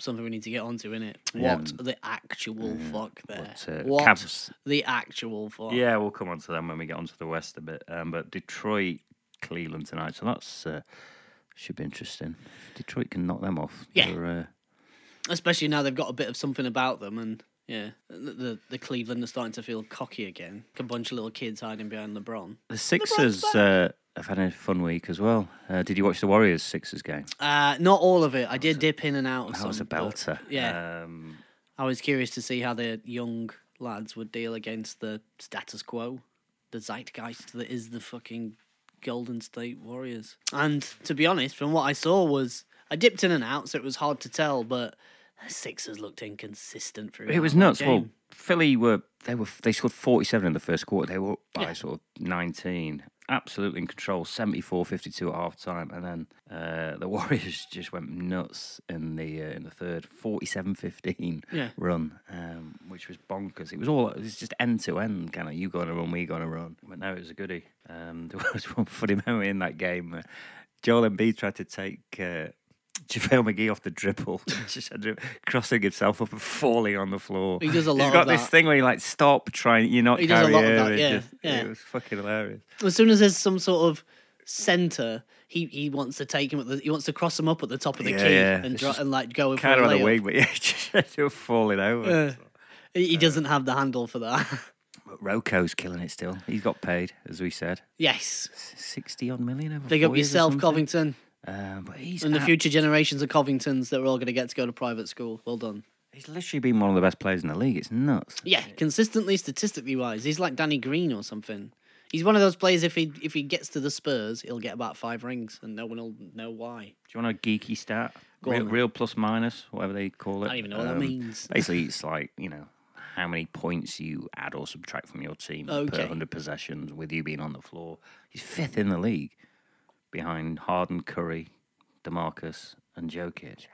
[SPEAKER 2] something we need to get onto, isn't it? What
[SPEAKER 1] Yeah, and-
[SPEAKER 2] the actual fuck there?
[SPEAKER 1] but, uh,
[SPEAKER 2] what
[SPEAKER 1] Cavs-
[SPEAKER 2] the actual fuck?
[SPEAKER 1] Yeah, we'll come on to them when we get onto the West a bit. Um, but Detroit, Cleveland tonight, so that's uh, should be interesting. Detroit can knock them off.
[SPEAKER 2] Yeah.
[SPEAKER 1] They're, uh,
[SPEAKER 2] Especially now they've got a bit of something about them, and yeah, the the, the Cleveland are starting to feel cocky again. A bunch of little kids hiding behind LeBron.
[SPEAKER 1] the Sixers uh, have had a fun week as well. Uh, did you watch the Warriors Sixers game?
[SPEAKER 2] Uh, not all of it. I did dip in and out of
[SPEAKER 1] That
[SPEAKER 2] some.
[SPEAKER 1] was a
[SPEAKER 2] but
[SPEAKER 1] belter.
[SPEAKER 2] Yeah,
[SPEAKER 1] Um,
[SPEAKER 2] I was curious to see how the young lads would deal against the status quo, the zeitgeist that is the fucking Golden State Warriors. And to be honest, from what I saw was I dipped in and out, so it was hard to tell. But the Sixers looked inconsistent through.
[SPEAKER 1] It was nuts. Well, Philly were they were they scored 47 in the first quarter. They were up by
[SPEAKER 2] Yeah.
[SPEAKER 1] sort of 19. Absolutely in control, 74-52 at half time, and then uh, the Warriors just went nuts in the uh, in the third, 47-15
[SPEAKER 2] Yeah.
[SPEAKER 1] run, um, which was bonkers. It was all it was just end to end, kind of you going to run, we going to run. But no, it was a goodie. Um, there was one funny moment in that game. Uh, Joel Embiid tried to take uh, JaVale McGee off the dribble, just had to- crossing himself up and falling on the floor.
[SPEAKER 2] He does a lot
[SPEAKER 1] He's
[SPEAKER 2] of
[SPEAKER 1] got this
[SPEAKER 2] that.
[SPEAKER 1] thing where he like stop trying. You're not.
[SPEAKER 2] He does a lot of
[SPEAKER 1] carrying
[SPEAKER 2] that,
[SPEAKER 1] it,
[SPEAKER 2] yeah,
[SPEAKER 1] just-
[SPEAKER 2] yeah.
[SPEAKER 1] It was fucking hilarious.
[SPEAKER 2] as soon as there's some sort of center, he, he wants to take him at the he wants to cross him up at the top of the
[SPEAKER 1] Yeah,
[SPEAKER 2] key
[SPEAKER 1] yeah.
[SPEAKER 2] and
[SPEAKER 1] It's
[SPEAKER 2] dro-
[SPEAKER 1] just
[SPEAKER 2] and like go in for
[SPEAKER 1] Kind
[SPEAKER 2] a
[SPEAKER 1] of on the wing,
[SPEAKER 2] layup.
[SPEAKER 1] but yeah, just they were falling over.
[SPEAKER 2] Yeah. He he doesn't have the handle for that.
[SPEAKER 1] But Roko's killing it still. He's got paid, as we said,
[SPEAKER 2] yes.
[SPEAKER 1] sixty odd million. Over
[SPEAKER 2] Big
[SPEAKER 1] four
[SPEAKER 2] up
[SPEAKER 1] years or
[SPEAKER 2] yourself,
[SPEAKER 1] something.
[SPEAKER 2] Covington,
[SPEAKER 1] Um, but he's
[SPEAKER 2] and the
[SPEAKER 1] ab-
[SPEAKER 2] future generations of Covingtons that we're all going to get to go to private school. Well done.
[SPEAKER 1] He's literally been one of the best players in the league. It's nuts.
[SPEAKER 2] Yeah, consistently, statistically wise, he's like Danny Green or something. He's one of those players. If he if he gets to the Spurs, he'll get about five rings, and no one will know why.
[SPEAKER 1] Do you want a geeky stat?
[SPEAKER 2] Go on
[SPEAKER 1] real,
[SPEAKER 2] then.
[SPEAKER 1] real plus minus, whatever they call it.
[SPEAKER 2] I don't even know what
[SPEAKER 1] Um,
[SPEAKER 2] that means.
[SPEAKER 1] Basically, it's like you know how many points you add or subtract from your team
[SPEAKER 2] Okay.
[SPEAKER 1] per hundred possessions with you being on the floor. He's fifth in the league, behind Harden, Curry, DeMarcus, and Jokic.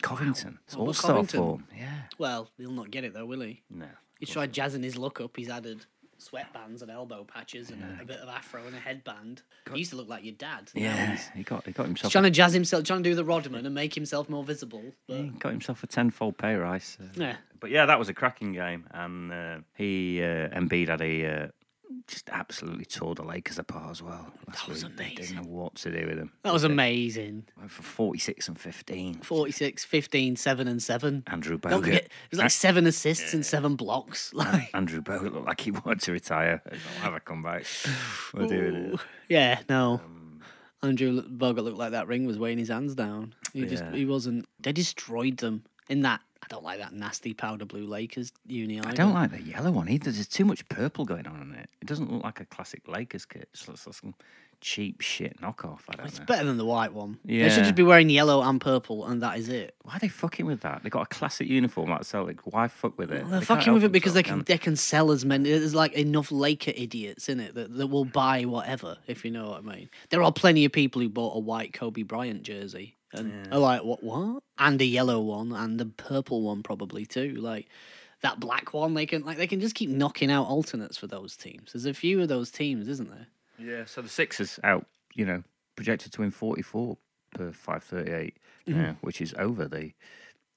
[SPEAKER 1] Covington, it's
[SPEAKER 2] Oh, but
[SPEAKER 1] all star
[SPEAKER 2] Covington-
[SPEAKER 1] form. Yeah,
[SPEAKER 2] Well, he'll not get it though, will he?
[SPEAKER 1] no.
[SPEAKER 2] He's tried jazzing his look up. He's added sweatbands and elbow patches and a, a bit of afro and a headband. He used to look like your dad. Now
[SPEAKER 1] Yeah,
[SPEAKER 2] he's-
[SPEAKER 1] he got he got
[SPEAKER 2] He's
[SPEAKER 1] himself
[SPEAKER 2] trying to jazz himself, trying to do the Rodman and make himself more visible. But
[SPEAKER 1] He got himself a tenfold pay rise. uh,
[SPEAKER 2] Yeah.
[SPEAKER 1] But yeah, that was a cracking game, and uh, he uh, Embiid had a uh, just absolutely tore the Lakers apart as well. That
[SPEAKER 2] was
[SPEAKER 1] They
[SPEAKER 2] amazing.
[SPEAKER 1] didn't know what to do with him.
[SPEAKER 2] that was amazing.
[SPEAKER 1] Went for forty six and fifteen.
[SPEAKER 2] 46, 15, 7 and 7.
[SPEAKER 1] Andrew
[SPEAKER 2] Don't forget,
[SPEAKER 1] Bogut.
[SPEAKER 2] it was like seven assists and seven blocks.
[SPEAKER 1] Ah,
[SPEAKER 2] Like,
[SPEAKER 1] Andrew Bogut looked like he wanted to retire. He's like, I'll have a comeback. We're doing it.
[SPEAKER 2] yeah, no.
[SPEAKER 1] Um,
[SPEAKER 2] Andrew Bogut looked like that ring was weighing his hands down. He just,
[SPEAKER 1] Yeah.
[SPEAKER 2] he wasn't. They destroyed them in that. I don't like that nasty powder blue Lakers uni.
[SPEAKER 1] I don't like the yellow one either. There's too much purple going on in it. It doesn't look like a classic Lakers kit. It's like some cheap shit knockoff. I don't
[SPEAKER 2] It's
[SPEAKER 1] know.
[SPEAKER 2] better than the white one. They should
[SPEAKER 1] Yeah.
[SPEAKER 2] just be wearing yellow and purple, and that is it.
[SPEAKER 1] Why are they fucking with that? They got a classic uniform like Celtic. Why fuck with it?
[SPEAKER 2] They're
[SPEAKER 1] They can't
[SPEAKER 2] fucking with
[SPEAKER 1] help
[SPEAKER 2] it because they can
[SPEAKER 1] themselves,
[SPEAKER 2] they can sell as many. There's like enough Laker idiots in it that, that will buy whatever, if you know what I mean. There are plenty of people who bought a white Kobe Bryant jersey and are like, what, what? And a yellow one and a purple one probably too. Like that black one, they can like they can just keep knocking out alternates for those teams. There's a few of those teams, isn't there?
[SPEAKER 1] can't they? Yeah. So the Sixers out, you know, projected to win forty four per five thirty eight,
[SPEAKER 2] Mm-hmm.
[SPEAKER 1] yeah, which is over the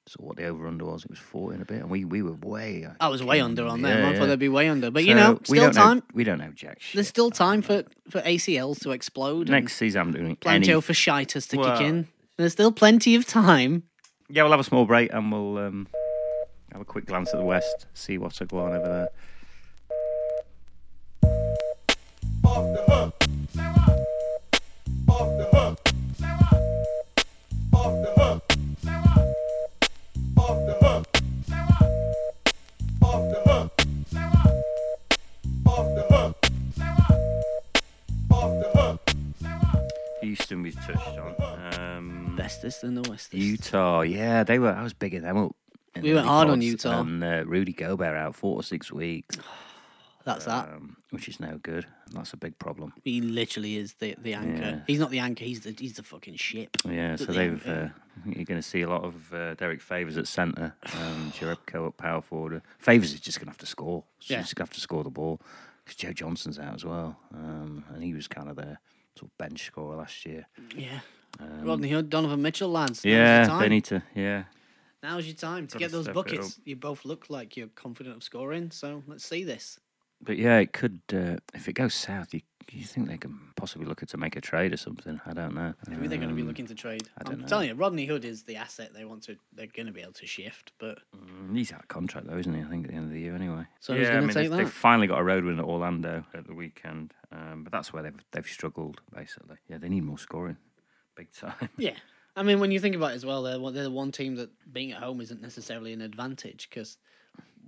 [SPEAKER 1] sort of what the over under was. It was forty and a bit, and we we were way.
[SPEAKER 2] I was way under on them.
[SPEAKER 1] Yeah,
[SPEAKER 2] I thought
[SPEAKER 1] yeah.
[SPEAKER 2] they'd be way under, but you
[SPEAKER 1] So
[SPEAKER 2] know,
[SPEAKER 1] we
[SPEAKER 2] still
[SPEAKER 1] don't know-
[SPEAKER 2] time.
[SPEAKER 1] we don't know jack shit.
[SPEAKER 2] There's still time for for ACLs to explode. and-
[SPEAKER 1] Next season, I'm doing any.
[SPEAKER 2] Planto for shitus to
[SPEAKER 1] Well-
[SPEAKER 2] kick in. There's still plenty of time.
[SPEAKER 1] Yeah, we'll have a small break and we'll um, Have a quick glance at the west, see what's a going on over there.
[SPEAKER 3] Off the hook. Say what? Off the hook. Say what? Off the hook. Say what? Off the hook. Say what? Off the hook. Say what? Off the hook. Say what? Off the hook. Say what?
[SPEAKER 1] Houston, we've touched on. Um,
[SPEAKER 2] Bestest and the Westest.
[SPEAKER 1] Utah, yeah, they were. I was bigging them up. in
[SPEAKER 2] We
[SPEAKER 1] the
[SPEAKER 2] went hard on
[SPEAKER 1] pods,
[SPEAKER 2] Utah.
[SPEAKER 1] And uh, Rudy Gobert out four to six weeks,
[SPEAKER 2] That's that.
[SPEAKER 1] um, which is no good. That's a big problem.
[SPEAKER 2] He literally is the, the anchor.
[SPEAKER 1] Yeah.
[SPEAKER 2] He's not the anchor. He's the he's the fucking ship.
[SPEAKER 1] Yeah, so
[SPEAKER 2] the
[SPEAKER 1] they've.
[SPEAKER 2] NBA.
[SPEAKER 1] Uh, I think you're going to see a lot of uh, Derek Favors at centre, um, Jerebko at power forward. Favors is just going to have to score. So
[SPEAKER 2] Yeah.
[SPEAKER 1] He's going to have to score the ball because Joe Johnson's out as well, um, and he was kind of their sort of bench scorer last year. Um,
[SPEAKER 2] Yeah. Rodney Hood, Donovan Mitchell, lads. now's your
[SPEAKER 1] Yeah,
[SPEAKER 2] time.
[SPEAKER 1] they need to. Yeah,
[SPEAKER 2] now's your time to
[SPEAKER 1] Gotta
[SPEAKER 2] get those
[SPEAKER 1] step it up.
[SPEAKER 2] buckets. You both look like you're confident of scoring, so let's see this.
[SPEAKER 1] But yeah, it could. Uh, if it goes south, you you think they can possibly look to make a trade or something? I don't know.
[SPEAKER 2] Maybe they're going to be
[SPEAKER 1] Um,
[SPEAKER 2] looking to trade.
[SPEAKER 1] I
[SPEAKER 2] I'm
[SPEAKER 1] dunno.
[SPEAKER 2] telling you, Rodney Hood is the asset they want to. They're going to be able to shift, but
[SPEAKER 1] Um, He's out of contract though, isn't he? I think at the end of the year anyway.
[SPEAKER 2] So who's
[SPEAKER 1] yeah, I mean,
[SPEAKER 2] gonna take
[SPEAKER 1] they've, they've
[SPEAKER 2] that?
[SPEAKER 1] finally got a road win at Orlando at the weekend, um, but that's where they've they've struggled basically. Yeah, they need more scoring, big time.
[SPEAKER 2] yeah. I mean, when you think about it as well, they're one- they're the one team that being at home isn't necessarily an advantage because.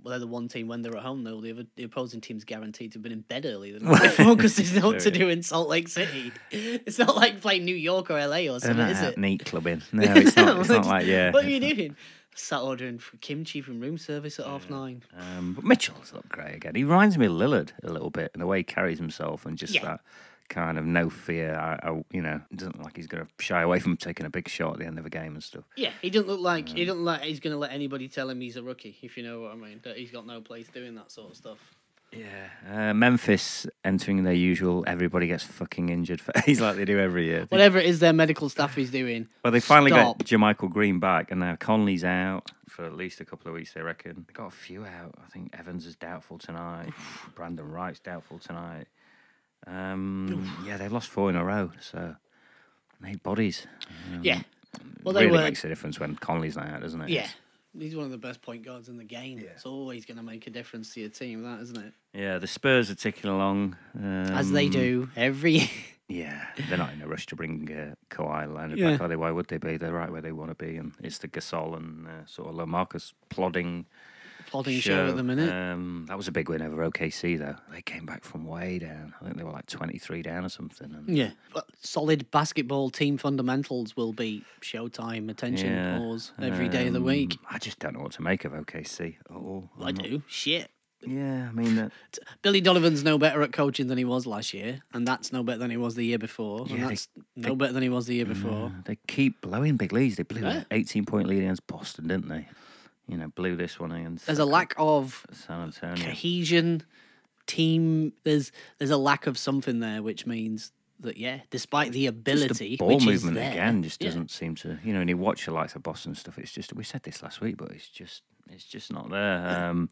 [SPEAKER 2] Well, they're the one team when they're at home, though. The, other, the opposing team's guaranteed to have been in bed earlier than before because there's not to
[SPEAKER 1] Sure, yeah.
[SPEAKER 2] do in Salt Lake City. It's not like playing New York or LA
[SPEAKER 1] They're
[SPEAKER 2] or something,
[SPEAKER 1] not
[SPEAKER 2] is
[SPEAKER 1] out
[SPEAKER 2] it?
[SPEAKER 1] neat clubbing. Uh, No, it's not. It's not like yeah.
[SPEAKER 2] What are you doing? Sat ordering f- kimchi from room service at half nine.
[SPEAKER 1] Um, but Mitchell's looked great again. He reminds me of Lillard a little bit in the way he carries himself and just
[SPEAKER 2] Yeah.
[SPEAKER 1] that kind of no fear. I, I, you know, doesn't look like he's going to shy away from taking a big shot at the end of a game and stuff.
[SPEAKER 2] Yeah, he doesn't look like he doesn't like he's gonna let anybody tell him he's a rookie, if you know what I mean. That he's got no place doing that sort of stuff.
[SPEAKER 1] Yeah, uh, Memphis entering their usual. Everybody gets fucking injured phase like they do every year.
[SPEAKER 2] Whatever it is their medical staff is doing.
[SPEAKER 1] Well, they finally
[SPEAKER 2] stop.
[SPEAKER 1] got Jermichael Green back, and now Conley's out for at least a couple of weeks. They reckon they got a few out. I think Evans is doubtful tonight. Brandon Wright's doubtful tonight. Um, yeah, they've lost four in a row, so eight bodies.
[SPEAKER 2] Yeah.
[SPEAKER 1] Well,
[SPEAKER 2] Well they
[SPEAKER 1] Mm. really
[SPEAKER 2] were
[SPEAKER 1] makes a difference when Conley's not out, doesn't it?
[SPEAKER 2] Yeah.
[SPEAKER 1] It's-
[SPEAKER 2] He's one of the best point guards in the game. It's always gonna make a difference to your team, that isn't it?
[SPEAKER 1] yeah. The Spurs are ticking along um,
[SPEAKER 2] As they do every
[SPEAKER 1] Yeah, they're not in a rush to bring uh, Kawhi Leonard
[SPEAKER 2] Yeah.
[SPEAKER 1] back, are they? Why would they be? They're right where they want to be, and it's the Gasol and uh, sort of LaMarcus plodding
[SPEAKER 2] plodding show at the minute.
[SPEAKER 1] Um, that was a big win over OKC, though. They came back from way down. I think they were like 23 down or something. And
[SPEAKER 2] yeah. But solid basketball team fundamentals will be showtime, attention,
[SPEAKER 1] Yeah,
[SPEAKER 2] pause every day of the week.
[SPEAKER 1] um, mm. I just don't know what to make of OKC at all.
[SPEAKER 2] I
[SPEAKER 1] I'm not-
[SPEAKER 2] do. Shit.
[SPEAKER 1] Yeah, I mean, that,
[SPEAKER 2] Billy Donovan's no better at coaching than he was last year, and that's no better than he was the year before,
[SPEAKER 1] Yeah,
[SPEAKER 2] and
[SPEAKER 1] they- Mm.
[SPEAKER 2] that's no better than he was the year before.
[SPEAKER 1] they keep blowing big leads. They blew
[SPEAKER 2] Yeah.
[SPEAKER 1] an 18 point lead against Boston, didn't they? You know, blew this one against
[SPEAKER 2] There's a lack of
[SPEAKER 1] San Antonio.
[SPEAKER 2] cohesion, team. There's there's a lack of something there, which means that yeah, despite the
[SPEAKER 1] Just
[SPEAKER 2] ability,
[SPEAKER 1] the ball
[SPEAKER 2] which
[SPEAKER 1] movement
[SPEAKER 2] is there,
[SPEAKER 1] again just
[SPEAKER 2] yeah.
[SPEAKER 1] doesn't seem to, you know. And you watch the likes of Boston stuff. It's just we said this last week, but it's just it's just not there. Um,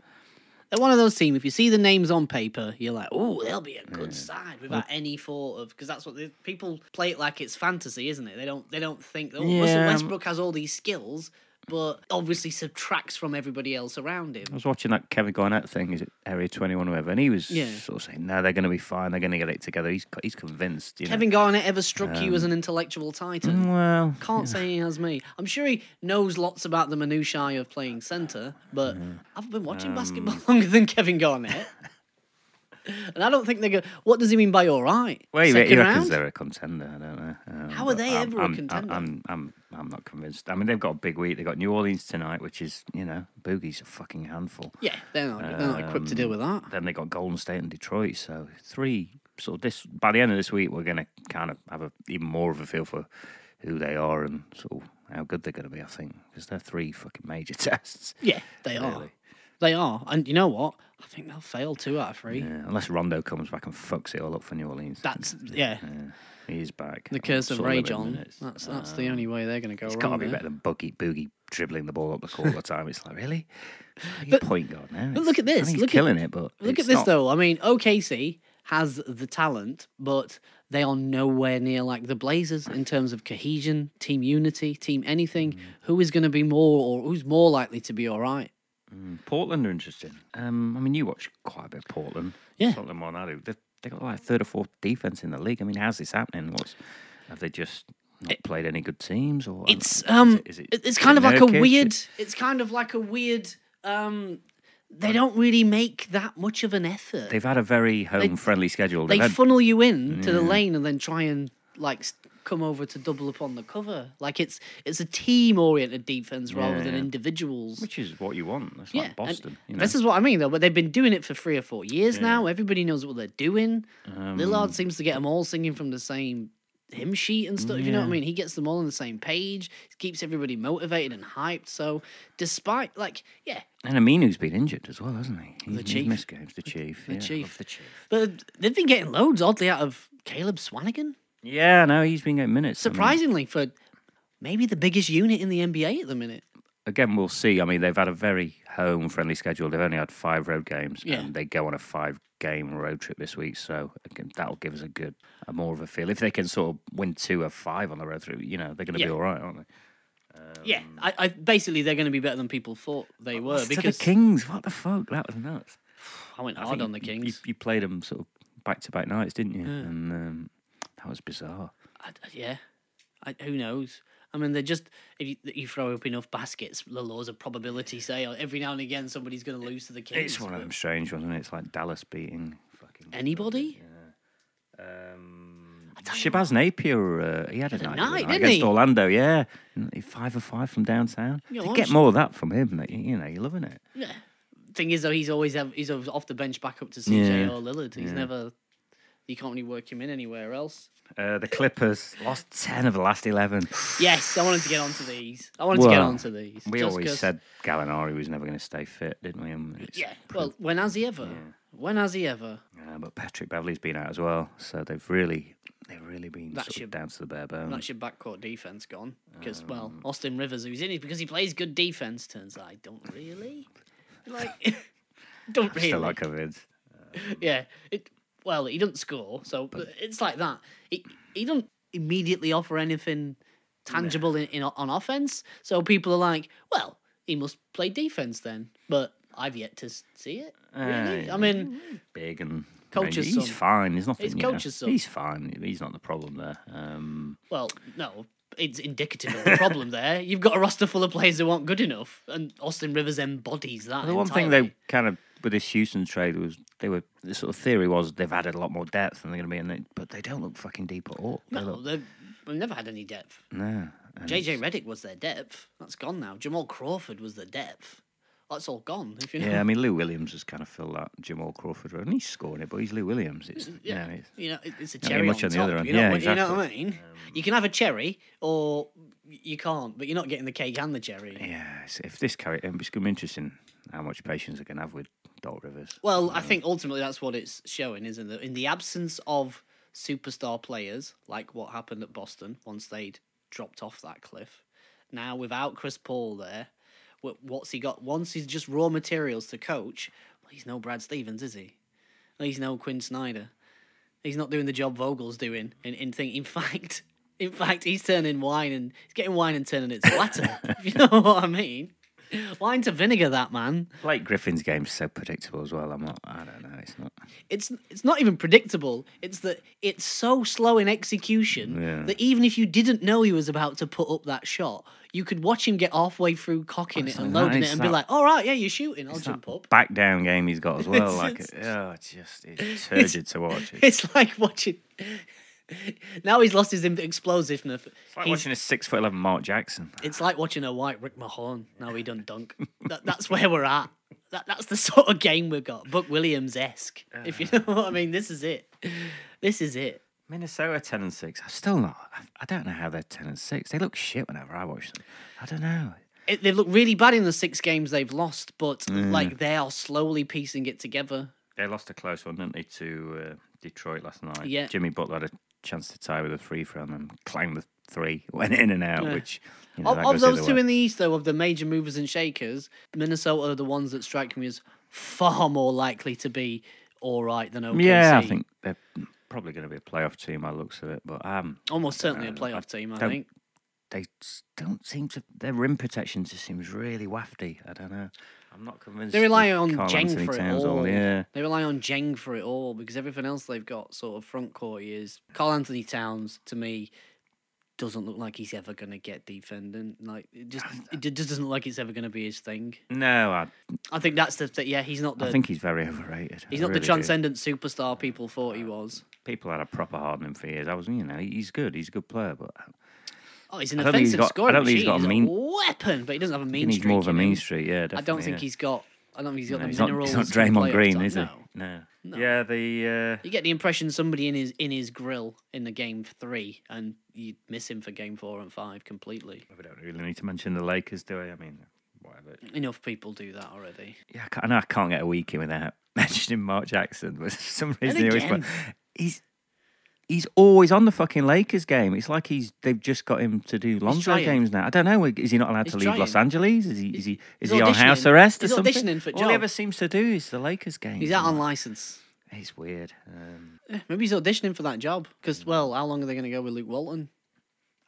[SPEAKER 2] They're one of those teams. If you see the names on paper, you're like, oh, they'll be a good side without any thought of because that's what the, people play it like it's fantasy, isn't it? They don't they don't think oh, Russell
[SPEAKER 1] Yeah.
[SPEAKER 2] Westbrook has all these skills, but obviously subtracts from everybody else around him.
[SPEAKER 1] I was watching that Kevin Garnett thing, is it Area 21 or whatever, and he was
[SPEAKER 2] Yeah.
[SPEAKER 1] sort of saying, no, they're going to be fine, they're going to get it together. He's co- he's convinced, you
[SPEAKER 2] Kevin Garnett ever struck
[SPEAKER 1] Um,
[SPEAKER 2] you as an intellectual titan?
[SPEAKER 1] know. Well,
[SPEAKER 2] Can't say he has me. I'm sure he knows lots about the minutiae of playing centre, but
[SPEAKER 1] Mm-hmm.
[SPEAKER 2] I've been watching
[SPEAKER 1] Um.
[SPEAKER 2] basketball longer than Kevin Garnett. and I don't think they go, what does he mean by all right?
[SPEAKER 1] well he, re-
[SPEAKER 2] Second
[SPEAKER 1] he reckons
[SPEAKER 2] round?
[SPEAKER 1] they're a contender, I don't know. Um,
[SPEAKER 2] How are
[SPEAKER 1] but
[SPEAKER 2] they ever a
[SPEAKER 1] I'm,
[SPEAKER 2] contender?
[SPEAKER 1] I'm, I'm, I'm, I'm not convinced. I mean, they've got a big week. They've got New Orleans tonight, which is, you know, Boogie's a fucking handful.
[SPEAKER 2] Yeah, they're not, they're not equipped to deal with that.
[SPEAKER 1] Then they got Golden State and Detroit, so three. So this by the end of this week, we're going to kind of have a, even more of a feel for who they are and sort of how good they're going to be. I think because they're three fucking major tests.
[SPEAKER 2] Yeah, they are.
[SPEAKER 1] Really.
[SPEAKER 2] They are. And you know what? I think they'll fail two out of three.
[SPEAKER 1] Yeah, unless Rondo comes back and fucks it all up for New Orleans.
[SPEAKER 2] That's, yeah,
[SPEAKER 1] yeah, he is back.
[SPEAKER 2] the curse of
[SPEAKER 1] Sort
[SPEAKER 2] Ray
[SPEAKER 1] limited
[SPEAKER 2] John.
[SPEAKER 1] minutes. Um,
[SPEAKER 2] That's, that's the only way they're going to go
[SPEAKER 1] It's got to
[SPEAKER 2] wrong.
[SPEAKER 1] be
[SPEAKER 2] there.
[SPEAKER 1] better than Boogie Boogie dribbling the ball up the court all the time. It's like really, You're
[SPEAKER 2] But-
[SPEAKER 1] point guard now.
[SPEAKER 2] but
[SPEAKER 1] It's-
[SPEAKER 2] look at
[SPEAKER 1] I think
[SPEAKER 2] this,
[SPEAKER 1] he's
[SPEAKER 2] look at-
[SPEAKER 1] killing it. But
[SPEAKER 2] Look
[SPEAKER 1] it's
[SPEAKER 2] at this
[SPEAKER 1] not-
[SPEAKER 2] though. I mean, OKC has the talent, but they are nowhere near like the Blazers in terms of
[SPEAKER 1] Mm.
[SPEAKER 2] cohesion, team unity, team anything. Who is going to be more, or who's more likely to be all right?
[SPEAKER 1] Portland are interesting. Um, I mean, you watch quite a bit of Portland.
[SPEAKER 2] Yeah.
[SPEAKER 1] It's not the more than I do. They've, they got like third or fourth defense in the league. I mean, how's this happening? What's have they just not played any good teams? Or
[SPEAKER 2] It's
[SPEAKER 1] is
[SPEAKER 2] um,
[SPEAKER 1] it- is it-
[SPEAKER 2] it's
[SPEAKER 1] is it
[SPEAKER 2] kind of like a
[SPEAKER 1] Nurkic?
[SPEAKER 2] weird. It's kind of like a weird. Um, they don't really make that much of an effort.
[SPEAKER 1] They've had a very home-friendly schedule.
[SPEAKER 2] they
[SPEAKER 1] They've had-
[SPEAKER 2] funnel you in to the lane and then try and like s- come over to double up on the cover. Like it's it's a team oriented defense rather
[SPEAKER 1] Yeah,
[SPEAKER 2] than
[SPEAKER 1] yeah.
[SPEAKER 2] individuals.
[SPEAKER 1] which is what you want. That's like
[SPEAKER 2] and
[SPEAKER 1] Boston. You know?
[SPEAKER 2] This is what I mean though. But they've been doing it for three or four years now. Everybody knows what they're doing.
[SPEAKER 1] Um,
[SPEAKER 2] Lillard seems to get them all singing from the same hymn sheet and stuff. You know what I mean? He gets them all on the same page. Keeps everybody motivated and hyped. So despite like yeah,
[SPEAKER 1] And Aminu's been injured as well, hasn't he? He's-
[SPEAKER 2] The
[SPEAKER 1] he's
[SPEAKER 2] Chief.
[SPEAKER 1] missed games. The chief.
[SPEAKER 2] the
[SPEAKER 1] yeah,
[SPEAKER 2] Chief.
[SPEAKER 1] love the chief.
[SPEAKER 2] but they've been getting loads oddly out of Caleb
[SPEAKER 1] Mm.
[SPEAKER 2] Swanigan.
[SPEAKER 1] Yeah, no, he's been getting minutes. I mean,
[SPEAKER 2] surprisingly for maybe the biggest unit in the NBA at the minute.
[SPEAKER 1] again, we'll see. I mean, they've had a very home friendly schedule. They've only had five road games,
[SPEAKER 2] Yeah.
[SPEAKER 1] and they go on a five game road trip this week. So again, that'll give us a good, a more of a feel. If they can sort of win two of five on the road trip, you know, they're going to
[SPEAKER 2] Yeah.
[SPEAKER 1] be all right, aren't they? Um,
[SPEAKER 2] yeah, I, I basically they're going to be better than people thought they were
[SPEAKER 1] Lost to
[SPEAKER 2] because
[SPEAKER 1] the Kings, what the fuck? That was nuts.
[SPEAKER 2] I went
[SPEAKER 1] I
[SPEAKER 2] hard
[SPEAKER 1] think
[SPEAKER 2] on the
[SPEAKER 1] you- you-
[SPEAKER 2] Kings.
[SPEAKER 1] You, played them sort of back to back nights, didn't you? And um, that was bizarre.
[SPEAKER 2] I, yeah, I, who knows? I mean, they're just if you, you throw up enough baskets, the laws of probability say oh, every now and again somebody's going to lose to the Kings.
[SPEAKER 1] It's one of
[SPEAKER 2] but
[SPEAKER 1] them strange ones, isn't it? It's like Dallas beating fucking
[SPEAKER 2] Anybody?
[SPEAKER 1] Um, Shabazz Napier, uh, he had a
[SPEAKER 2] Had a
[SPEAKER 1] night,
[SPEAKER 2] night,
[SPEAKER 1] night
[SPEAKER 2] didn't
[SPEAKER 1] against
[SPEAKER 2] he?
[SPEAKER 1] Orlando. Yeah, N- five or five from downtown.
[SPEAKER 2] Yeah,
[SPEAKER 1] You
[SPEAKER 2] I'm
[SPEAKER 1] get
[SPEAKER 2] s-
[SPEAKER 1] more of that from him. that you- You know, you're loving it.
[SPEAKER 2] Thing is, though, he's always have, he's always off the bench back up to CJ
[SPEAKER 1] Yeah,
[SPEAKER 2] or Lillard. He's
[SPEAKER 1] yeah.
[SPEAKER 2] never you can't really work him in anywhere else.
[SPEAKER 1] Uh, the Clippers lost ten of the last eleven.
[SPEAKER 2] Yes, I wanted to get onto these. I wanted to get
[SPEAKER 1] Well,
[SPEAKER 2] onto these.
[SPEAKER 1] We
[SPEAKER 2] just
[SPEAKER 1] always
[SPEAKER 2] 'cause-
[SPEAKER 1] said Gallinari was never going to stay fit, didn't we? And it's-
[SPEAKER 2] Yeah. Well, when has he ever? When has he ever?
[SPEAKER 1] uh, but Patrick Beverly's been out as well, so they've really, they've really been
[SPEAKER 2] That's
[SPEAKER 1] sort of
[SPEAKER 2] your-
[SPEAKER 1] down to the bare bones.
[SPEAKER 2] That's your backcourt defense gone. Because well, Austin Rivers, who's in it because he plays good defense, turns out I don't really like. don't really.
[SPEAKER 1] Still not convinced.
[SPEAKER 2] yeah. It, well, he doesn't score, so uh, it's like that. He he doesn't immediately offer anything tangible in, in on offense. So people are like, well, he must play defense then. But I've yet to s- see it. Really.
[SPEAKER 1] Ah,
[SPEAKER 2] I mean,
[SPEAKER 1] big and
[SPEAKER 2] Coach's
[SPEAKER 1] rangy. He's
[SPEAKER 2] son.
[SPEAKER 1] fine. There's nothing.
[SPEAKER 2] It's
[SPEAKER 1] you know,
[SPEAKER 2] coach's son.
[SPEAKER 1] He's fine. He's not the problem there. Um,
[SPEAKER 2] Well, no, it's indicative of a problem there. You've got a roster full of players who aren't good enough, and Austin Rivers embodies that.
[SPEAKER 1] the one thing
[SPEAKER 2] entirely.
[SPEAKER 1] they kind of with this Houston trade was they were the sort of theory was they've added a lot more depth and they're going to be in it, but they don't look fucking deep at all. They
[SPEAKER 2] no,
[SPEAKER 1] look,
[SPEAKER 2] they've they've never had any depth.
[SPEAKER 1] no. And
[SPEAKER 2] JJ Reddick was their depth. That's gone now. Jamal Crawford was their depth. That's all gone. If you know,
[SPEAKER 1] Yeah, I mean Lou Williams has kind of filled that Jamal Crawford role, and he's scoring it, but he's Lou Williams. It's yeah, it's,
[SPEAKER 2] you know, it- it's a
[SPEAKER 1] Not
[SPEAKER 2] cherry
[SPEAKER 1] much
[SPEAKER 2] on,
[SPEAKER 1] on the
[SPEAKER 2] top.
[SPEAKER 1] other end.
[SPEAKER 2] You know,
[SPEAKER 1] Yeah,
[SPEAKER 2] what- you know what I
[SPEAKER 1] exactly.
[SPEAKER 2] mean? you can have a cherry, or you can't. But you're not getting the cake and the cherry.
[SPEAKER 1] yeah. it's- if this carry, um, it's going to be interesting how much patience they can have with Doc Rivers.
[SPEAKER 2] Well, I think ultimately that's what it's showing, isn't it? In the absence of superstar players, like what happened at Boston once they'd dropped off that cliff. Now, without Chris Paul there, wh- what's he got? Once he's just raw materials to coach, well, he's no Brad Stevens, is he? He's no Quinn Snyder. He's not doing the job Vogel's doing. And in, think, in fact, in fact, he's turning wine and he's getting wine and turning it to water. if you know what I mean? Wine to vinegar, that man.
[SPEAKER 1] Blake Griffin's game's so predictable as well. I'm not. I don't know. It's not.
[SPEAKER 2] it's it's not even predictable. It's that it's so slow in execution
[SPEAKER 1] Yeah.
[SPEAKER 2] that even if you didn't know he was about to put up that shot, you could watch him get halfway through cocking it
[SPEAKER 1] That's
[SPEAKER 2] and
[SPEAKER 1] not
[SPEAKER 2] loading
[SPEAKER 1] nice,
[SPEAKER 2] it and be
[SPEAKER 1] that-
[SPEAKER 2] like, "All right, yeah, you're shooting. I'll
[SPEAKER 1] It's that
[SPEAKER 2] jump up."
[SPEAKER 1] Back down game he's got as well.
[SPEAKER 2] It's-
[SPEAKER 1] like,
[SPEAKER 2] it's-
[SPEAKER 1] oh, it's just it's turgid to watch. It's,
[SPEAKER 2] It's like watching. now he's lost his explosiveness.
[SPEAKER 1] like
[SPEAKER 2] He's-
[SPEAKER 1] watching a six foot eleven Mark Jackson.
[SPEAKER 2] It's like watching a white Rick Mahorn. Now he done dunk. that, that's where we're at. That, that's the sort of game we've got. Buck Williams esque. If you know what I mean, this is it. This is it.
[SPEAKER 1] Minnesota ten and six. I'm still not. I, I don't know how they're ten and six. They look shit whenever I watch them. I don't know.
[SPEAKER 2] it, they've looked really bad in the six games they've lost, but
[SPEAKER 1] Mm.
[SPEAKER 2] like they are slowly piecing it together.
[SPEAKER 1] They lost a close one, didn't they, to uh, Detroit last night?
[SPEAKER 2] Yeah.
[SPEAKER 1] Jimmy Butler had a chance to tie with a three from them, clanged the three, went in and out,
[SPEAKER 2] Yeah.
[SPEAKER 1] which you know,
[SPEAKER 2] Of,
[SPEAKER 1] that
[SPEAKER 2] of
[SPEAKER 1] goes the
[SPEAKER 2] those
[SPEAKER 1] other
[SPEAKER 2] two
[SPEAKER 1] way.
[SPEAKER 2] in the East, though, of the major movers and shakers, Minnesota are the ones that strike me as far more likely to be all right than OKC.
[SPEAKER 1] Yeah, I think they're probably going to be a playoff team. by the looks of it, but um,
[SPEAKER 2] almost certainly a
[SPEAKER 1] Uh, I
[SPEAKER 2] playoff team. I
[SPEAKER 1] don't-
[SPEAKER 2] think
[SPEAKER 1] they s- don't seem to. Their rim protection just seems really wafty. I don't know. I'm not convinced.
[SPEAKER 2] They rely
[SPEAKER 1] of
[SPEAKER 2] on
[SPEAKER 1] Karl
[SPEAKER 2] Jeng
[SPEAKER 1] Anthony
[SPEAKER 2] for it
[SPEAKER 1] Towns
[SPEAKER 2] all.
[SPEAKER 1] Yeah,
[SPEAKER 2] They rely on Jeng for it all because everything else they've got sort of front court is Carl Anthony Towns to me doesn't look like he's ever gonna get defending. Like it just it ju- just doesn't look like it's ever gonna be his thing.
[SPEAKER 1] no, I,
[SPEAKER 2] I think that's the th- yeah he's not the
[SPEAKER 1] I think he's very overrated.
[SPEAKER 2] he's
[SPEAKER 1] I
[SPEAKER 2] not
[SPEAKER 1] really
[SPEAKER 2] the
[SPEAKER 1] do.
[SPEAKER 2] transcendent superstar people thought he was.
[SPEAKER 1] People had a proper hard on him for years. I was, you know, he's good. He's a good player, but
[SPEAKER 2] Oh, he's an
[SPEAKER 1] I don't think he's
[SPEAKER 2] offensive
[SPEAKER 1] got- I
[SPEAKER 2] scorer.
[SPEAKER 1] don't think he's got a
[SPEAKER 2] he's
[SPEAKER 1] mean-
[SPEAKER 2] a weapon, but he doesn't have a
[SPEAKER 1] he
[SPEAKER 2] mean
[SPEAKER 1] needs
[SPEAKER 2] streak.
[SPEAKER 1] more of a
[SPEAKER 2] in
[SPEAKER 1] mean
[SPEAKER 2] him.
[SPEAKER 1] streak. Yeah,
[SPEAKER 2] I don't think
[SPEAKER 1] he's.
[SPEAKER 2] he's got. I don't think he's got
[SPEAKER 1] No,
[SPEAKER 2] the
[SPEAKER 1] he's, not,
[SPEAKER 2] minerals.
[SPEAKER 1] he's not
[SPEAKER 2] to play
[SPEAKER 1] Draymond
[SPEAKER 2] up
[SPEAKER 1] Green,
[SPEAKER 2] top,
[SPEAKER 1] is he?
[SPEAKER 2] no.
[SPEAKER 1] No.
[SPEAKER 2] No.
[SPEAKER 1] Yeah, the uh,
[SPEAKER 2] You get the impression somebody in his in his grill in the game three, and you miss him for game four and five completely.
[SPEAKER 1] we don't really need to mention the Lakers, do we? I mean, whatever.
[SPEAKER 2] Enough people do that already.
[SPEAKER 1] Yeah, I, can't, I know I can't get a week in without mentioning Mark Jackson, but for some reason
[SPEAKER 2] And
[SPEAKER 1] he always
[SPEAKER 2] again.
[SPEAKER 1] put- he's he's always on the fucking Lakers game. It's like he's they've just got him to do Lonzo
[SPEAKER 2] trying.
[SPEAKER 1] games now. I don't know. Is he not allowed
[SPEAKER 2] He's
[SPEAKER 1] to leave Los
[SPEAKER 2] trying.
[SPEAKER 1] Angeles? Is he is he
[SPEAKER 2] he's
[SPEAKER 1] is he on house
[SPEAKER 2] auditioning.
[SPEAKER 1] arrest or
[SPEAKER 2] He's
[SPEAKER 1] something?
[SPEAKER 2] auditioning for a
[SPEAKER 1] All
[SPEAKER 2] job.
[SPEAKER 1] he ever seems to do is the Lakers game.
[SPEAKER 2] He's out on license.
[SPEAKER 1] It's weird. Um,
[SPEAKER 2] Eh, Maybe he's auditioning for that job.
[SPEAKER 1] Mm.
[SPEAKER 2] Because well, how long are they going to go with Luke Walton?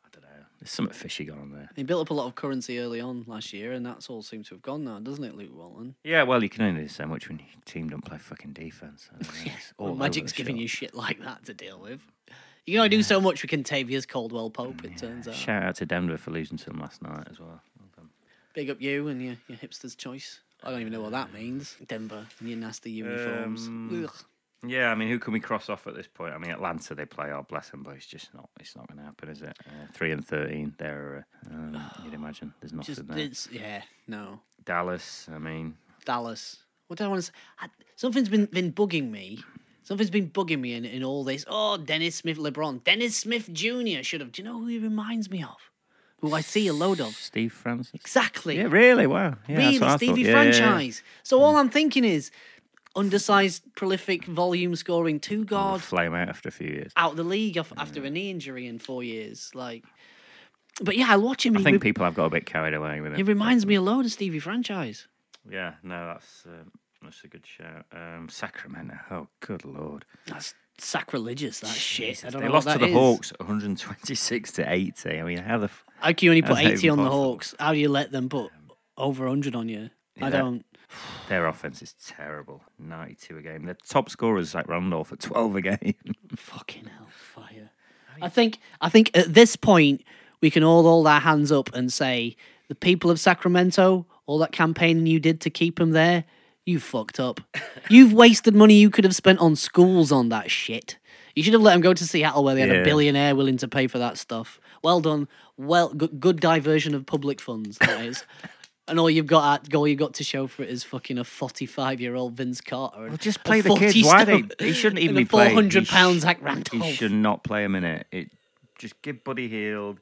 [SPEAKER 1] I don't know. There's something fishy going on there.
[SPEAKER 2] He built up a lot of currency early on last year, and that's all seemed to have gone now, doesn't it, Luke Walton?
[SPEAKER 1] Yeah, well, you can only do so much when your team don't play fucking defense. I don't know, it's all
[SPEAKER 2] Well,
[SPEAKER 1] over
[SPEAKER 2] Magic's
[SPEAKER 1] the
[SPEAKER 2] giving
[SPEAKER 1] shop.
[SPEAKER 2] you shit like that to deal with. You can only do so much with Contavious Caldwell Pope. It turns out.
[SPEAKER 1] Shout out to Denver for losing to them last night as well. Well done.
[SPEAKER 2] Big up you and your, your hipster's choice. I don't even know what that means. Denver and your nasty uniforms.
[SPEAKER 1] Um,
[SPEAKER 2] Ugh.
[SPEAKER 1] Yeah, I mean, who can we cross off at this point? I mean, Atlanta they play. Oh, bless them, but it's just not. It's not going to happen, is it? Uh, Three and thirteen. They're. Uh, um, you'd imagine there's nothing
[SPEAKER 2] Just
[SPEAKER 1] there.
[SPEAKER 2] it's yeah, no.
[SPEAKER 1] Dallas. I mean,
[SPEAKER 2] Dallas. What do I want to say? I, something's been been bugging me. Something's been bugging me in, in all this. Oh, Dennis Smith, LeBron, Dennis Smith Jr. should have. Do you know who he reminds me of? Who I see a load of.
[SPEAKER 1] Steve Francis.
[SPEAKER 2] Exactly.
[SPEAKER 1] Yeah, really. Wow. Yeah, that's what I
[SPEAKER 2] really,
[SPEAKER 1] thought.
[SPEAKER 2] Stevie
[SPEAKER 1] Yeah, yeah, Mm. yeah.
[SPEAKER 2] franchise. So all I'm thinking is, undersized, prolific, volume scoring, two
[SPEAKER 1] We'll
[SPEAKER 2] guard,
[SPEAKER 1] Flame out after a few years.
[SPEAKER 2] out of the league af- after a knee injury in four years. Like, but yeah, I watch him.
[SPEAKER 1] I
[SPEAKER 2] and
[SPEAKER 1] think
[SPEAKER 2] he, re-
[SPEAKER 1] people have got a bit carried away with it.
[SPEAKER 2] he reminds me a load of Stevie Franchise.
[SPEAKER 1] Yeah, no, that's um, that's a good shout. Um, Sacramento. Oh, good lord.
[SPEAKER 2] That's sacrilegious. That shit. I
[SPEAKER 1] Jesus,
[SPEAKER 2] don't
[SPEAKER 1] they
[SPEAKER 2] know
[SPEAKER 1] lost
[SPEAKER 2] what
[SPEAKER 1] to
[SPEAKER 2] that
[SPEAKER 1] the
[SPEAKER 2] is.
[SPEAKER 1] Hawks, 126 to 80. I mean, how the f-
[SPEAKER 2] How can you only put
[SPEAKER 1] How's that
[SPEAKER 2] eighty
[SPEAKER 1] even
[SPEAKER 2] on the
[SPEAKER 1] possible?
[SPEAKER 2] Hawks? How do you let them put over hundred on you?
[SPEAKER 1] Yeah.
[SPEAKER 2] I don't.
[SPEAKER 1] their offense is terrible. 92 a game. Their top scorer is Zach Randolph at 12 a game.
[SPEAKER 2] Fucking hell, fire. I think. I think at this point we can all hold our hands up and say the people of Sacramento, all that campaigning you did to keep him there, you fucked up. You've wasted money you could have spent on schools on that shit. You should have let him go to Seattle where they had
[SPEAKER 1] Yeah.
[SPEAKER 2] a billionaire willing to pay for that stuff. Well done. Well, good, good diversion of public funds. That is. And all you've got, at, all you got to show for it is fucking a forty-five-year-old Vince Carter. and
[SPEAKER 1] Well, just
[SPEAKER 2] a
[SPEAKER 1] play the kids.
[SPEAKER 2] 40
[SPEAKER 1] Why they?
[SPEAKER 2] stone-
[SPEAKER 1] He shouldn't even
[SPEAKER 2] and a
[SPEAKER 1] be playing. He
[SPEAKER 2] 400 pounds
[SPEAKER 1] sh-
[SPEAKER 2] Zach Randolph.
[SPEAKER 1] He should not play a minute. It just give Buddy Heald,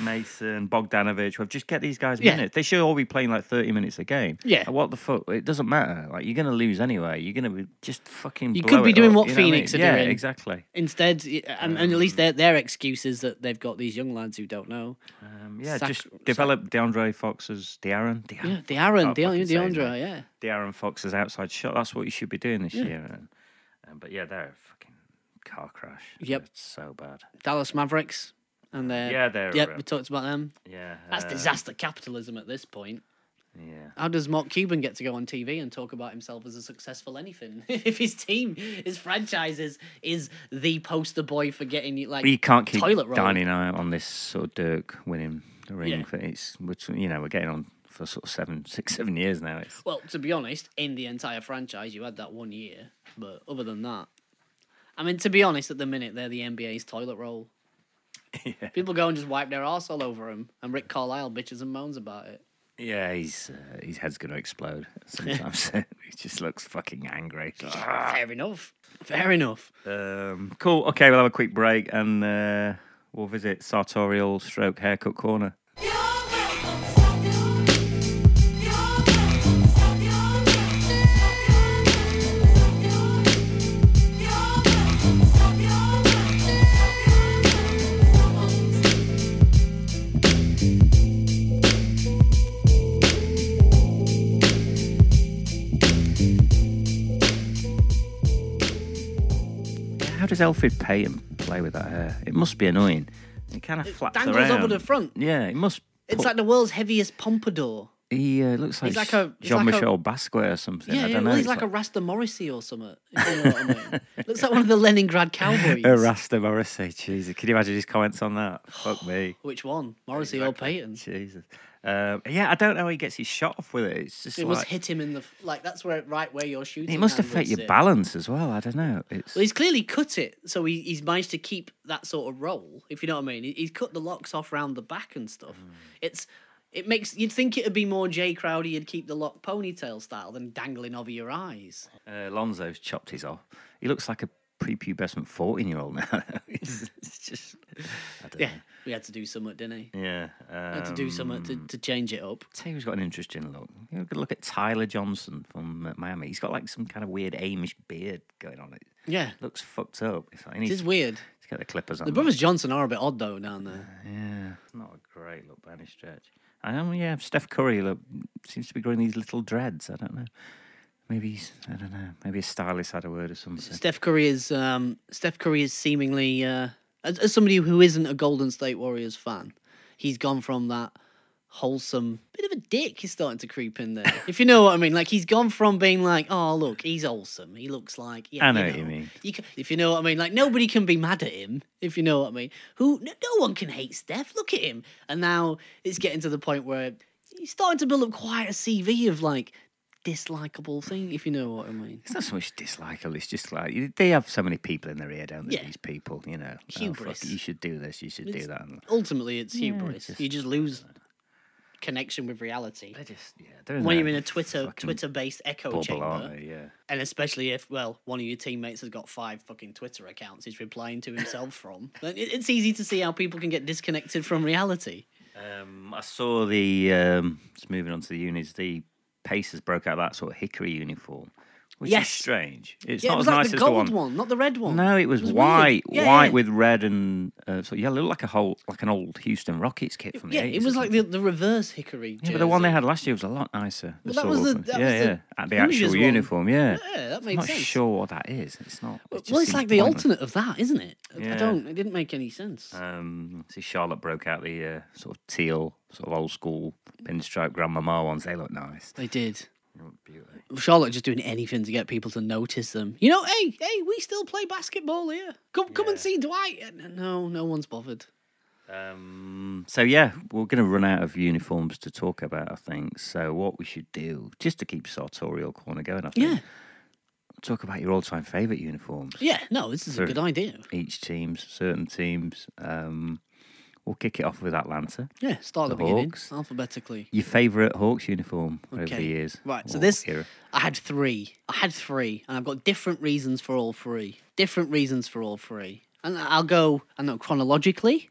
[SPEAKER 1] Mason, Bogdanovich. Well, just get these guys
[SPEAKER 2] Yeah.
[SPEAKER 1] minutes. They should all be playing like thirty minutes a game.
[SPEAKER 2] Yeah.
[SPEAKER 1] And what the fuck? It doesn't matter. Like you're gonna lose anyway. You're gonna be just fucking.
[SPEAKER 2] You
[SPEAKER 1] blow
[SPEAKER 2] could be
[SPEAKER 1] it
[SPEAKER 2] doing
[SPEAKER 1] up,
[SPEAKER 2] what
[SPEAKER 1] you know I mean?
[SPEAKER 2] Phoenix are
[SPEAKER 1] yeah,
[SPEAKER 2] doing.
[SPEAKER 1] exactly.
[SPEAKER 2] Instead, y- and, and at least their their excuse is that they've got these young lads who don't know.
[SPEAKER 1] Um, yeah,
[SPEAKER 2] Sac-
[SPEAKER 1] just
[SPEAKER 2] sac-
[SPEAKER 1] develop DeAndre Fox as De'Aaron. De'Aaron.
[SPEAKER 2] Yeah, the Aaron,
[SPEAKER 1] Can't
[SPEAKER 2] the
[SPEAKER 1] fucking say his
[SPEAKER 2] DeAndre,
[SPEAKER 1] name.
[SPEAKER 2] yeah.
[SPEAKER 1] De'Aaron Fox's outside shot. That's what you should be doing this year. And, and- but yeah, they're a fucking car crash.
[SPEAKER 2] Yep.
[SPEAKER 1] It's so bad.
[SPEAKER 2] Dallas Mavericks, and they're
[SPEAKER 1] Yeah, they're.
[SPEAKER 2] yep.
[SPEAKER 1] uh,
[SPEAKER 2] We talked about them.
[SPEAKER 1] yeah.
[SPEAKER 2] That's
[SPEAKER 1] uh,
[SPEAKER 2] disaster capitalism at this point.
[SPEAKER 1] Yeah.
[SPEAKER 2] How does Mark Cuban get to go on TV and talk about himself as a successful anything if his team, his franchise is is the poster boy for getting like
[SPEAKER 1] We can't keep
[SPEAKER 2] toilet roll?
[SPEAKER 1] dining out on this sort of Dirk winning the ring.
[SPEAKER 2] Yeah.
[SPEAKER 1] thing. It's which you know we're getting on for sort of seven, six, seven years now. It's
[SPEAKER 2] Well, to be honest, in the entire franchise, you had that one year. But other than that, I mean, to be honest, at the minute, they're the NBA's toilet roll.
[SPEAKER 1] Yeah.
[SPEAKER 2] People go and just wipe their arse all over him, and Rick Carlisle bitches and moans about it.
[SPEAKER 1] yeah, he's uh, his head's gonna explode sometimes. he just looks fucking angry.
[SPEAKER 2] Fair enough. Fair enough.
[SPEAKER 1] Um, cool. Okay, we'll have a quick break and uh, we'll visit sartorial stroke haircut corner. How does Alfred Payton play with that hair? It must be annoying. It kind of flaps
[SPEAKER 2] dangles
[SPEAKER 1] around.
[SPEAKER 2] over the front.
[SPEAKER 1] Yeah, it must.
[SPEAKER 2] It's
[SPEAKER 1] put-
[SPEAKER 2] like the world's heaviest pompadour.
[SPEAKER 1] he uh, looks like,
[SPEAKER 2] He's like a- he's
[SPEAKER 1] Jean
[SPEAKER 2] like a-
[SPEAKER 1] Michel Basquiat or something.
[SPEAKER 2] Yeah,
[SPEAKER 1] I
[SPEAKER 2] yeah
[SPEAKER 1] don't
[SPEAKER 2] well,
[SPEAKER 1] know.
[SPEAKER 2] he's like, a Rasta Morrissey or something. if you know what I mean. Looks like one of the Leningrad cowboys.
[SPEAKER 1] a "Oh, Rasta Morrissey. Jesus, can you imagine his comments on that? Fuck me.
[SPEAKER 2] Which one, Morrissey or Payton?
[SPEAKER 1] Jesus. Um, yeah, I don't know how he gets his shot off with it. It's just
[SPEAKER 2] It must
[SPEAKER 1] like,
[SPEAKER 2] hit him in the f- like. That's where right where you're shooting.
[SPEAKER 1] it must
[SPEAKER 2] hand
[SPEAKER 1] affect
[SPEAKER 2] would
[SPEAKER 1] your
[SPEAKER 2] sit.
[SPEAKER 1] balance as well. I don't know. It's
[SPEAKER 2] Well, he's clearly cut it, so he, he's managed to keep that sort of roll. If you know what I mean, he, he's cut the locks off round the back and stuff. It's it makes you'd think it'd be more Jay Crowder. You'd keep the lock ponytail style than dangling over your eyes.
[SPEAKER 1] uh, Lonzo's chopped his off. He looks like a prepubescent fourteen-year-old now. it's, it's just. I don't
[SPEAKER 2] Yeah, we had to do something, didn't he?
[SPEAKER 1] Know. Yeah. Um,
[SPEAKER 2] Had to do something to, to change it up.
[SPEAKER 1] Tell you who's got an interesting look. You know, look at Tyler Johnson from uh, Miami. He's got like some kind of weird Amish beard going on. It
[SPEAKER 2] Yeah,
[SPEAKER 1] looks fucked up. It's like, he
[SPEAKER 2] it
[SPEAKER 1] needs
[SPEAKER 2] is weird.
[SPEAKER 1] to get the clippers on.
[SPEAKER 2] The brothers Johnson are a bit odd though down there.
[SPEAKER 1] Yeah, it's not a great look by any stretch. I don't know, yeah, Steph Curry look seems to be growing these little dreads. I don't know. Maybe he's, I don't know. Maybe a stylist had a word or something.
[SPEAKER 2] Steph Curry is um, Steph Curry is seemingly uh, as, as somebody who isn't a Golden State Warriors fan, he's gone from that wholesome bit of a dick is starting to creep in there. if you know what I mean, like he's gone from being like, oh look, he's wholesome. He looks like yeah,
[SPEAKER 1] I know
[SPEAKER 2] you
[SPEAKER 1] what you mean.
[SPEAKER 2] You ca- if you know what I mean, like nobody can be mad at him. If you know what I mean, who no, no one can hate Steph. Look at him, and now it's getting to the point where he's starting to build up quite a CV of like dislikable thing. If you know what I mean.
[SPEAKER 1] It's not so much dislikable. It's just like they have so many people in their ear, don't they?
[SPEAKER 2] Yeah.
[SPEAKER 1] These people, you know. "Oh,
[SPEAKER 2] Hubris.
[SPEAKER 1] fuck, you should do this. You should do
[SPEAKER 2] It's-
[SPEAKER 1] that.
[SPEAKER 2] ultimately it's
[SPEAKER 1] Yeah,
[SPEAKER 2] hubris.
[SPEAKER 1] just-
[SPEAKER 2] you just lose connection with reality.
[SPEAKER 1] They just yeah. They're in
[SPEAKER 2] When
[SPEAKER 1] their
[SPEAKER 2] you're in a Twitter
[SPEAKER 1] fucking
[SPEAKER 2] Twitter based echo
[SPEAKER 1] bubble,
[SPEAKER 2] chamber,
[SPEAKER 1] aren't they? Yeah.
[SPEAKER 2] and especially if well one of your teammates has got five fucking Twitter accounts he's replying to himself from, then it- it's easy to see how people can get disconnected from reality.
[SPEAKER 1] Um, I saw the um, just moving on to the unis. The Pacers broke out that sort of hickory uniform, which
[SPEAKER 2] Yes.
[SPEAKER 1] is strange. It's
[SPEAKER 2] yeah,
[SPEAKER 1] not
[SPEAKER 2] it
[SPEAKER 1] as
[SPEAKER 2] was like
[SPEAKER 1] nice
[SPEAKER 2] the
[SPEAKER 1] as
[SPEAKER 2] gold
[SPEAKER 1] the one.
[SPEAKER 2] one. not the red one.
[SPEAKER 1] No, it was,
[SPEAKER 2] weird.
[SPEAKER 1] white,
[SPEAKER 2] Yeah,
[SPEAKER 1] white
[SPEAKER 2] yeah.
[SPEAKER 1] with red and uh, so yeah, it looked like a whole like an old Houston Rockets kit from
[SPEAKER 2] yeah.
[SPEAKER 1] the 80s.
[SPEAKER 2] It
[SPEAKER 1] or
[SPEAKER 2] was like
[SPEAKER 1] something.
[SPEAKER 2] the, the reverse hickory.
[SPEAKER 1] yeah, but the one they
[SPEAKER 2] jersey.
[SPEAKER 1] had last year was a lot nicer.
[SPEAKER 2] Well, that was
[SPEAKER 1] sort
[SPEAKER 2] the-
[SPEAKER 1] of-
[SPEAKER 2] that
[SPEAKER 1] yeah,
[SPEAKER 2] was the
[SPEAKER 1] yeah, at the
[SPEAKER 2] Hoosiers
[SPEAKER 1] actual
[SPEAKER 2] one.
[SPEAKER 1] uniform, yeah.
[SPEAKER 2] Yeah, that
[SPEAKER 1] I'm
[SPEAKER 2] made
[SPEAKER 1] not
[SPEAKER 2] sense.
[SPEAKER 1] sure what that is. It's not. it
[SPEAKER 2] well,
[SPEAKER 1] just
[SPEAKER 2] it's
[SPEAKER 1] seems
[SPEAKER 2] like the
[SPEAKER 1] pointless.
[SPEAKER 2] alternate of that, isn't it? I
[SPEAKER 1] Yeah.
[SPEAKER 2] don't. It didn't make any sense.
[SPEAKER 1] Um, see, Charlotte broke out the uh, sort of teal, sort of old school pinstripe grandmama ones. They look nice.
[SPEAKER 2] they did.
[SPEAKER 1] They look beautiful.
[SPEAKER 2] Charlotte just doing anything to get people to notice them. You know, hey, hey, we still play basketball here. Come, come and
[SPEAKER 1] Yeah.
[SPEAKER 2] see Dwight. Uh, No, no one's bothered.
[SPEAKER 1] Um, so yeah, we're going to run out of uniforms to talk about, I think. So what we should do, just to keep sartorial corner going, I think,
[SPEAKER 2] Yeah,
[SPEAKER 1] talk about your all-time favourite uniforms.
[SPEAKER 2] yeah. No, this is a
[SPEAKER 1] Sure.
[SPEAKER 2] good idea.
[SPEAKER 1] Each team's, certain teams. Um, we'll kick it off with Atlanta.
[SPEAKER 2] Yeah, start at the,
[SPEAKER 1] The
[SPEAKER 2] beginning
[SPEAKER 1] Hawks.
[SPEAKER 2] alphabetically.
[SPEAKER 1] Your favourite Hawks uniform over
[SPEAKER 2] Okay.
[SPEAKER 1] the years,
[SPEAKER 2] Right, so
[SPEAKER 1] or
[SPEAKER 2] this-
[SPEAKER 1] era.
[SPEAKER 2] I had three. I had three, and I've got different reasons for all three. Different reasons for all three, and I'll go. I know chronologically.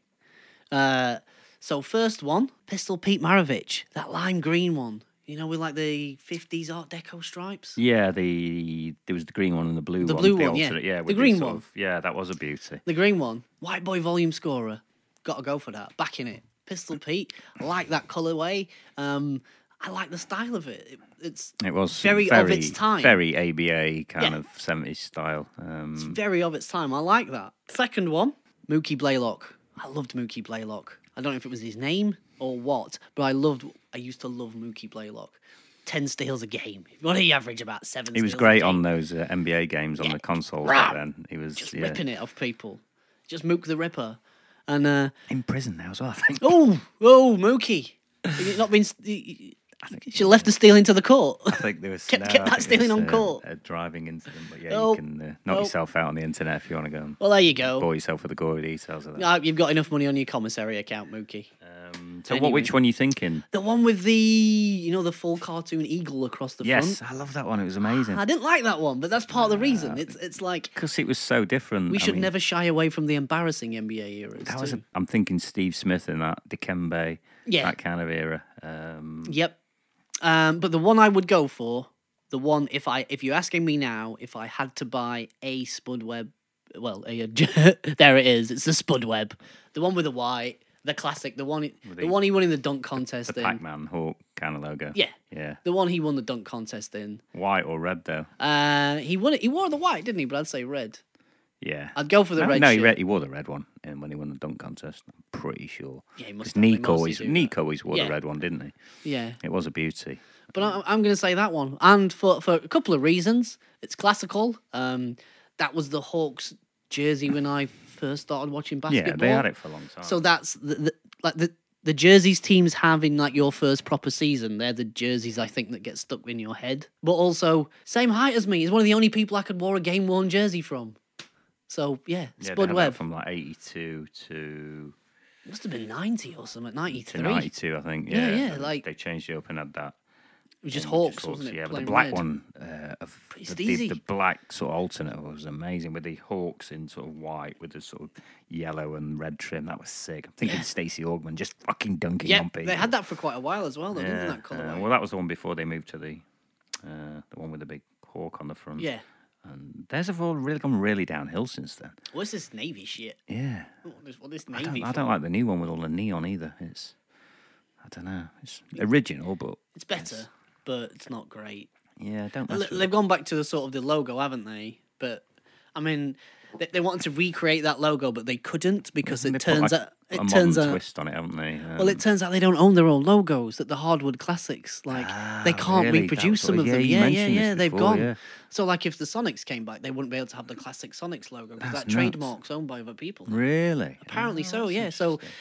[SPEAKER 2] Uh, so first one, Pistol Pete Maravich, that lime green one. You know, with like the '50s Art Deco stripes.
[SPEAKER 1] Yeah, the there was the green one and the blue
[SPEAKER 2] The
[SPEAKER 1] one.
[SPEAKER 2] blue one, yeah.
[SPEAKER 1] alternate, yeah,
[SPEAKER 2] The
[SPEAKER 1] with
[SPEAKER 2] green
[SPEAKER 1] sort
[SPEAKER 2] one.
[SPEAKER 1] of- yeah, that was a beauty.
[SPEAKER 2] The green one, white boy volume scorer. Got to go for that. Back in it. Pistol Pete. I like that colorway. Um, I like the style of it. it it's
[SPEAKER 1] It was
[SPEAKER 2] Very
[SPEAKER 1] very
[SPEAKER 2] of its time.
[SPEAKER 1] very ABA kind
[SPEAKER 2] Yeah.
[SPEAKER 1] of seventies style. Um,
[SPEAKER 2] it's very of its time. I like that. Second one, Mookie Blaylock. I loved Mookie Blaylock. I don't know if it was his name or what, but I loved. I used to love Mookie Blaylock. Ten steals a game. What did he average about seven?
[SPEAKER 1] He was
[SPEAKER 2] steals a
[SPEAKER 1] great
[SPEAKER 2] game?
[SPEAKER 1] on those uh, NBA games on
[SPEAKER 2] Yeah.
[SPEAKER 1] the consoles
[SPEAKER 2] Rah!
[SPEAKER 1] back then. He was
[SPEAKER 2] just
[SPEAKER 1] yeah.
[SPEAKER 2] ripping it off people. Just Mook the Ripper, and uh,
[SPEAKER 1] in prison now as well. I think.
[SPEAKER 2] Oh, oh, Mookie. Has it not been. She left the stealing to the court.
[SPEAKER 1] I think there was
[SPEAKER 2] Kept-
[SPEAKER 1] no,
[SPEAKER 2] kept
[SPEAKER 1] I
[SPEAKER 2] that
[SPEAKER 1] think there
[SPEAKER 2] stealing
[SPEAKER 1] was,
[SPEAKER 2] on court. Oh,
[SPEAKER 1] A driving incident, but yeah,
[SPEAKER 2] Nope.
[SPEAKER 1] you can uh, knock
[SPEAKER 2] Nope.
[SPEAKER 1] yourself out on the internet if you want to go and
[SPEAKER 2] Well, there you go.
[SPEAKER 1] bore yourself with the gory details of that.
[SPEAKER 2] I hope you've got enough money on your commissary account, Mookie.
[SPEAKER 1] Um, so,
[SPEAKER 2] anyway.
[SPEAKER 1] what? Which one you thinking?
[SPEAKER 2] The one with the, you know, the full cartoon eagle across the
[SPEAKER 1] Yes,
[SPEAKER 2] front.
[SPEAKER 1] I love that one. It was amazing
[SPEAKER 2] I didn't like that one, but that's part of the reason. It's it's like
[SPEAKER 1] because it was so different.
[SPEAKER 2] we
[SPEAKER 1] I
[SPEAKER 2] should
[SPEAKER 1] mean,
[SPEAKER 2] never shy away from the embarrassing NBA eras.
[SPEAKER 1] That was. A,
[SPEAKER 2] too.
[SPEAKER 1] I'm thinking Steve Smith and that Dikembe,
[SPEAKER 2] Yeah.
[SPEAKER 1] that kind of era. Um,
[SPEAKER 2] Yep. Um, but the one I would go for, the one if I if you're asking me now if I had to buy a Spud Web, well, a, there it is. It's the Spud Web, the one with the white, the classic, the one, the,
[SPEAKER 1] the-
[SPEAKER 2] one he won in the dunk contest
[SPEAKER 1] the
[SPEAKER 2] in.
[SPEAKER 1] Pac-Man Hawk kind of logo.
[SPEAKER 2] Yeah,
[SPEAKER 1] Yeah.
[SPEAKER 2] the one he won the dunk contest in.
[SPEAKER 1] White or red though.
[SPEAKER 2] Uh, he won it. He wore the white, didn't he? But I'd say red.
[SPEAKER 1] Yeah.
[SPEAKER 2] I'd go for the
[SPEAKER 1] no,
[SPEAKER 2] red
[SPEAKER 1] No, he,
[SPEAKER 2] shirt.
[SPEAKER 1] re- he wore the red one and when he won the dunk contest. I'm pretty sure.
[SPEAKER 2] Yeah, he
[SPEAKER 1] Because
[SPEAKER 2] must. have. They
[SPEAKER 1] Nick always,
[SPEAKER 2] mostly do
[SPEAKER 1] Nick always wore
[SPEAKER 2] uh, Yeah.
[SPEAKER 1] the red one, didn't he?
[SPEAKER 2] that. Yeah,
[SPEAKER 1] It was a beauty.
[SPEAKER 2] but I, I'm going to say that one, and for for a couple of reasons, it's classical. Um, that was the Hawks jersey when I first started watching basketball.
[SPEAKER 1] Yeah, they had it for a long time.
[SPEAKER 2] So that's the, the like the the jerseys teams have in like your first proper season. They're the jerseys I think that get stuck in your head. But also same height as me. He's one of the only people I could wear a game worn jersey from. So yeah,
[SPEAKER 1] yeah, they had
[SPEAKER 2] Spud
[SPEAKER 1] that
[SPEAKER 2] Webb
[SPEAKER 1] from like 82 to,
[SPEAKER 2] must have been ninety or something, ninety
[SPEAKER 1] to
[SPEAKER 2] three.
[SPEAKER 1] 92, I think.
[SPEAKER 2] Yeah,
[SPEAKER 1] Yeah,
[SPEAKER 2] yeah,
[SPEAKER 1] and
[SPEAKER 2] like-
[SPEAKER 1] They changed it up and had that.
[SPEAKER 2] It was just
[SPEAKER 1] thing,
[SPEAKER 2] Hawks, wasn't it?
[SPEAKER 1] Yeah, but the
[SPEAKER 2] playing
[SPEAKER 1] black
[SPEAKER 2] red?
[SPEAKER 1] one uh, of the,
[SPEAKER 2] Pretty
[SPEAKER 1] the, the
[SPEAKER 2] steezy.
[SPEAKER 1] black sort of alternate was amazing with the Hawks in sort of white with the sort of yellow and red trim. That was sick. I'm thinking Stacey Augman just fucking dunking
[SPEAKER 2] Yeah,
[SPEAKER 1] on people.
[SPEAKER 2] they had that for quite a while as well, though,
[SPEAKER 1] Yeah,
[SPEAKER 2] didn't that colour? eh?
[SPEAKER 1] uh, well, that was the one before they moved to the uh, the one with the big hawk on the front.
[SPEAKER 2] yeah.
[SPEAKER 1] and theirs have all really gone really downhill since then.
[SPEAKER 2] What's this navy shit?
[SPEAKER 1] Yeah,
[SPEAKER 2] What Oh, this, what this
[SPEAKER 1] I don't,
[SPEAKER 2] navy?
[SPEAKER 1] I
[SPEAKER 2] for?
[SPEAKER 1] don't like the new one with all the neon either. It's I don't know. It's original, but
[SPEAKER 2] It's better, but it's not great.
[SPEAKER 1] yeah, don't
[SPEAKER 2] Well,
[SPEAKER 1] mess
[SPEAKER 2] they-
[SPEAKER 1] with
[SPEAKER 2] they've
[SPEAKER 1] it.
[SPEAKER 2] gone back to the sort of the logo, haven't they? But I mean, they, they wanted to recreate that logo, but they couldn't because
[SPEAKER 1] They
[SPEAKER 2] it
[SPEAKER 1] put,
[SPEAKER 2] turns
[SPEAKER 1] like,
[SPEAKER 2] out
[SPEAKER 1] a
[SPEAKER 2] it
[SPEAKER 1] modern
[SPEAKER 2] turns out
[SPEAKER 1] twist on it, haven't they?
[SPEAKER 2] well,
[SPEAKER 1] Um,
[SPEAKER 2] it turns out they don't own their own logos. That the hardwood classics, like they
[SPEAKER 1] Ah,
[SPEAKER 2] can't
[SPEAKER 1] really? That
[SPEAKER 2] reproduce
[SPEAKER 1] was
[SPEAKER 2] some
[SPEAKER 1] all-
[SPEAKER 2] of
[SPEAKER 1] yeah,
[SPEAKER 2] them.
[SPEAKER 1] you
[SPEAKER 2] Yeah, yeah,
[SPEAKER 1] mentioned this
[SPEAKER 2] yeah. They've
[SPEAKER 1] before,
[SPEAKER 2] gone.
[SPEAKER 1] yeah.
[SPEAKER 2] So, like, if the Sonics came back, they wouldn't be able to have the classic Sonics logo because
[SPEAKER 1] That's
[SPEAKER 2] that
[SPEAKER 1] nuts.
[SPEAKER 2] trademark's owned by other people.
[SPEAKER 1] really
[SPEAKER 2] Apparently
[SPEAKER 1] Oh,
[SPEAKER 2] so,
[SPEAKER 1] that's
[SPEAKER 2] yeah. So
[SPEAKER 1] interesting.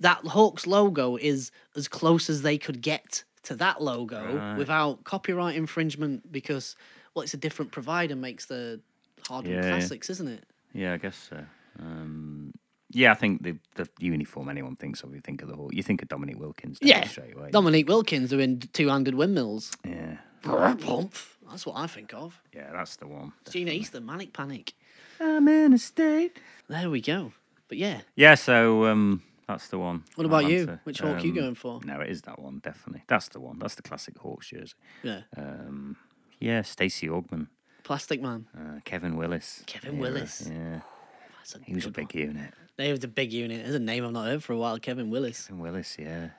[SPEAKER 2] that Hawks logo is as close as they could get to that logo
[SPEAKER 1] Right.
[SPEAKER 2] without copyright infringement because well, it's a different provider makes the hardwood
[SPEAKER 1] Yeah, yeah.
[SPEAKER 2] classics, isn't it?
[SPEAKER 1] yeah, I guess so. Um, yeah, I think the the uniform anyone thinks of, you think of the Hawk. You think of Dominic Wilkins don't you,
[SPEAKER 2] Yeah,
[SPEAKER 1] straight away.
[SPEAKER 2] Dominique Wilkins doing two-handed windmills.
[SPEAKER 1] yeah,
[SPEAKER 2] That's what I think of.
[SPEAKER 1] yeah, that's the one.
[SPEAKER 2] Gina Easton, Manic Panic.
[SPEAKER 1] I'm in a state.
[SPEAKER 2] There we go. But yeah,
[SPEAKER 1] Yeah, so um, that's the one.
[SPEAKER 2] What about you?
[SPEAKER 1] Atlanta.
[SPEAKER 2] Which hawk you going for?
[SPEAKER 1] Um, No, it is that one definitely. That's the one. That's the classic Hawks jersey.
[SPEAKER 2] yeah.
[SPEAKER 1] Um, yeah, Stacey Augman,
[SPEAKER 2] Plastic Man.
[SPEAKER 1] uh, Kevin Willis.
[SPEAKER 2] Kevin
[SPEAKER 1] Yeah,
[SPEAKER 2] Willis.
[SPEAKER 1] Yeah,
[SPEAKER 2] That's a
[SPEAKER 1] he was a
[SPEAKER 2] good
[SPEAKER 1] big
[SPEAKER 2] One.
[SPEAKER 1] unit.
[SPEAKER 2] They have the big unit. There's a name I've not heard for a while. Kevin Willis.
[SPEAKER 1] Kevin Willis. Yeah.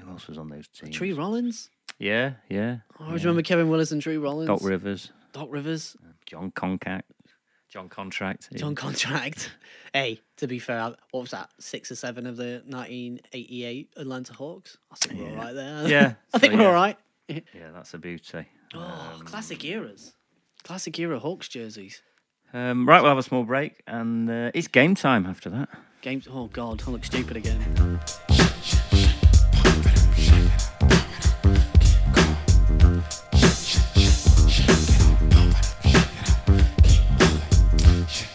[SPEAKER 1] Who else was on those teams?
[SPEAKER 2] Tree Oh, Rollins.
[SPEAKER 1] Yeah, yeah.
[SPEAKER 2] I always remember Kevin Willis and Tree Rollins.
[SPEAKER 1] Doc Rivers,
[SPEAKER 2] Doc Rivers.
[SPEAKER 1] John Concact, John Contract. yeah.
[SPEAKER 2] John contract. hey, to be fair, what was that? Six or seven of the 1988 Atlanta Hawks. I think we're all right there.
[SPEAKER 1] Yeah,
[SPEAKER 2] I think
[SPEAKER 1] so,
[SPEAKER 2] we're
[SPEAKER 1] yeah.
[SPEAKER 2] all right.
[SPEAKER 1] Yeah, that's a beauty.
[SPEAKER 2] Oh, classic eras. Classic era Hawks jerseys.
[SPEAKER 1] Um, right, we'll have a small break, and uh, it's game time after that.
[SPEAKER 2] Games. Oh God, I look stupid again.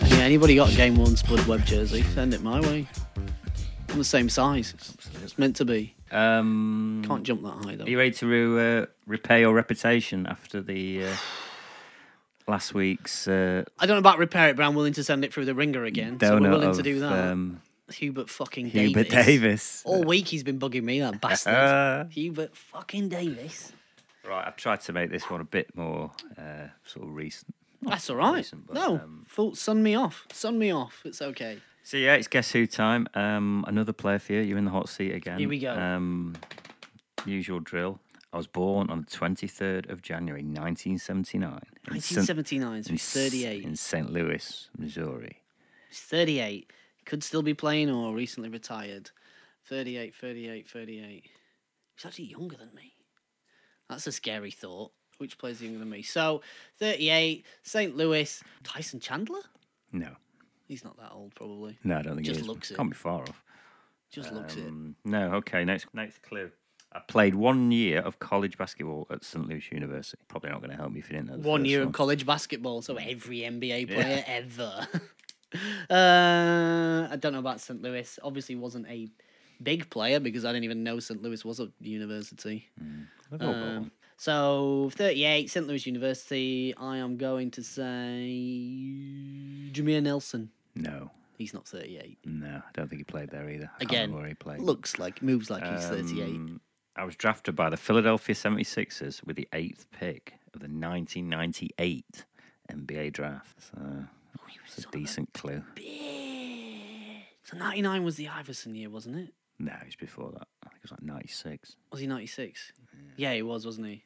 [SPEAKER 2] Yeah, anybody got a game one Spud Web jersey? Send it my way. I'm the same size. It's, it's meant to be.
[SPEAKER 1] Um,
[SPEAKER 2] Can't jump that high though.
[SPEAKER 1] Are you ready to uh, repay your reputation after the uh, last week's uh,
[SPEAKER 2] I don't know about repair it, but I'm willing to send it through the ringer again.
[SPEAKER 1] donut
[SPEAKER 2] So we're willing
[SPEAKER 1] of
[SPEAKER 2] to do that.
[SPEAKER 1] Um,
[SPEAKER 2] Hubert fucking
[SPEAKER 1] Hubert
[SPEAKER 2] Davis.
[SPEAKER 1] Davis?
[SPEAKER 2] All week he's been bugging me, that bastard.
[SPEAKER 1] Uh,
[SPEAKER 2] Hubert fucking Davis.
[SPEAKER 1] right, I've tried to make this one a bit more uh, sort of recent.
[SPEAKER 2] That's all right.
[SPEAKER 1] decent, but,
[SPEAKER 2] No,
[SPEAKER 1] um,
[SPEAKER 2] full, sun me off. Sun me off. It's okay.
[SPEAKER 1] So yeah, it's guess who time. Um, another player for you. You're in the hot seat again.
[SPEAKER 2] Here we go.
[SPEAKER 1] Um, usual drill. I was born on the 23rd of January 1979 in Saint-
[SPEAKER 2] 1979, so
[SPEAKER 1] in
[SPEAKER 2] he's
[SPEAKER 1] S-
[SPEAKER 2] 38.
[SPEAKER 1] in St. Louis, Missouri.
[SPEAKER 2] He's 38. Could still be playing or recently retired. 38, 38, 38. He's actually younger than me. That's a scary thought. Which player's younger than me? So, 38, St. Louis, Tyson Chandler?
[SPEAKER 1] No,
[SPEAKER 2] He's not that old, probably.
[SPEAKER 1] no, I don't think
[SPEAKER 2] Just
[SPEAKER 1] it is.
[SPEAKER 2] looks it.
[SPEAKER 1] Can't be far off.
[SPEAKER 2] Just looks it.
[SPEAKER 1] Um, No, okay. Next, next clue. I played one year of college basketball at St. Louis University. Probably not going to help me if you didn't know. The
[SPEAKER 2] One
[SPEAKER 1] first
[SPEAKER 2] year
[SPEAKER 1] one.
[SPEAKER 2] of college basketball, so every NBA player ever. uh, I don't know about St. Louis. Obviously, wasn't a big player because I didn't even know St. Louis was a university.
[SPEAKER 1] They've all got
[SPEAKER 2] Um,
[SPEAKER 1] one.
[SPEAKER 2] so, 38, St. Louis University. I am going to say Jameer Nelson.
[SPEAKER 1] No,
[SPEAKER 2] He's not 38.
[SPEAKER 1] no, I don't think he played there either. I can't
[SPEAKER 2] Again,
[SPEAKER 1] remember where he played.
[SPEAKER 2] Looks like, moves like he's 38.
[SPEAKER 1] Um, I was drafted by the Philadelphia 76ers with the eighth pick of the 1998 NBA draft. So
[SPEAKER 2] Oh,
[SPEAKER 1] it's a decent clue.
[SPEAKER 2] Bitch. So, 99 was the Iverson year, wasn't it?
[SPEAKER 1] No, it was before that. I think it was like 96.
[SPEAKER 2] Was he 96? Yeah, he was, wasn't he?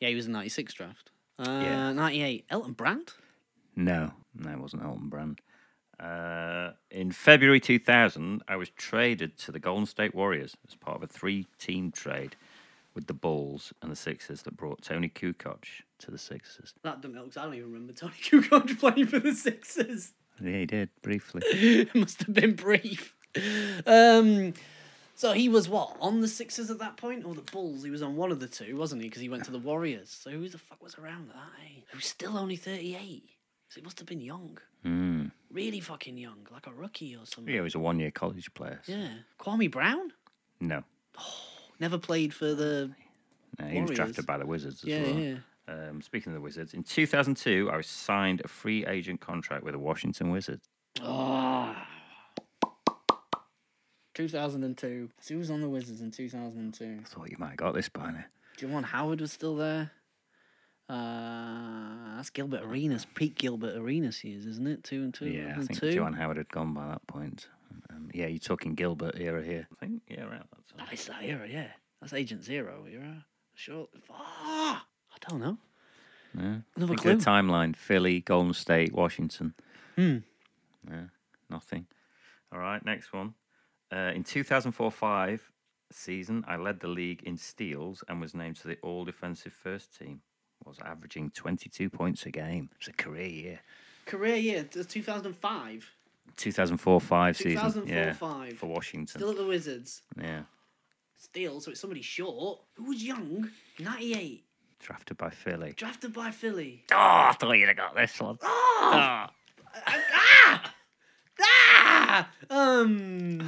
[SPEAKER 2] Yeah, he was a 96 draft. Uh,
[SPEAKER 1] Yeah.
[SPEAKER 2] 98. Elton Brand?
[SPEAKER 1] No, no, it wasn't Elton Brand. Uh, in February 2000, I was traded to the Golden State Warriors as part of a three team trade with the Bulls and the Sixers that brought Tony Kukoc to the Sixers.
[SPEAKER 2] That doesn't help 'cause I don't even remember Tony Kukoc playing for the Sixers.
[SPEAKER 1] Yeah, he did briefly.
[SPEAKER 2] it must have been brief. Um, so he was what on the Sixers at that point, or the Bulls? He was on one of the two, wasn't he? Because he went to the Warriors. So who the fuck was around at that? Eh? Who's still only thirty eight? So he must have been young,
[SPEAKER 1] Mm.
[SPEAKER 2] really fucking young, like a rookie or something.
[SPEAKER 1] Yeah, he was a one year college player. so-
[SPEAKER 2] Yeah. Kwame Brown
[SPEAKER 1] No,
[SPEAKER 2] never played for the.
[SPEAKER 1] no he
[SPEAKER 2] Warriors.
[SPEAKER 1] was drafted by the Wizards as
[SPEAKER 2] Yeah,
[SPEAKER 1] well.
[SPEAKER 2] yeah.
[SPEAKER 1] Um, speaking of the Wizards, in 2002, I was signed a free agent contract with the Washington Wizards.
[SPEAKER 2] Oh. 2002. So Who was on the Wizards in 2002?
[SPEAKER 1] I thought you might have got this by now.
[SPEAKER 2] Javon Howard was still there. Uh, that's Gilbert Arenas, Pete Gilbert Arenas years, isn't it? Two and two.
[SPEAKER 1] Yeah, I
[SPEAKER 2] and
[SPEAKER 1] think
[SPEAKER 2] two.
[SPEAKER 1] Joanne Howard had gone by that point. Um, yeah, you're talking Gilbert era here. I think, yeah, around that time.
[SPEAKER 2] That is that era, yeah. That's Agent Zero era. Sure. Ah, I don't know.
[SPEAKER 1] Yeah.
[SPEAKER 2] Another
[SPEAKER 1] Think of
[SPEAKER 2] clue.
[SPEAKER 1] the timeline Philly, Golden State, Washington.
[SPEAKER 2] Hmm.
[SPEAKER 1] Yeah, nothing. All right, next one. Uh, in 2004 5 season, I led the league in steals and was named to the all defensive first team. Was averaging 22 points a game. It's a career year.
[SPEAKER 2] Career year, 2005.
[SPEAKER 1] 2004 5 season.
[SPEAKER 2] 2004
[SPEAKER 1] yeah,
[SPEAKER 2] 5.
[SPEAKER 1] For Washington.
[SPEAKER 2] Still at the Wizards.
[SPEAKER 1] yeah.
[SPEAKER 2] Steal, so it's somebody short. Who was young? 98.
[SPEAKER 1] Drafted by Philly.
[SPEAKER 2] Drafted by Philly.
[SPEAKER 1] Oh, I thought you'd have got this one.
[SPEAKER 2] Ah!
[SPEAKER 1] Ah.
[SPEAKER 2] ah! Ah! Um,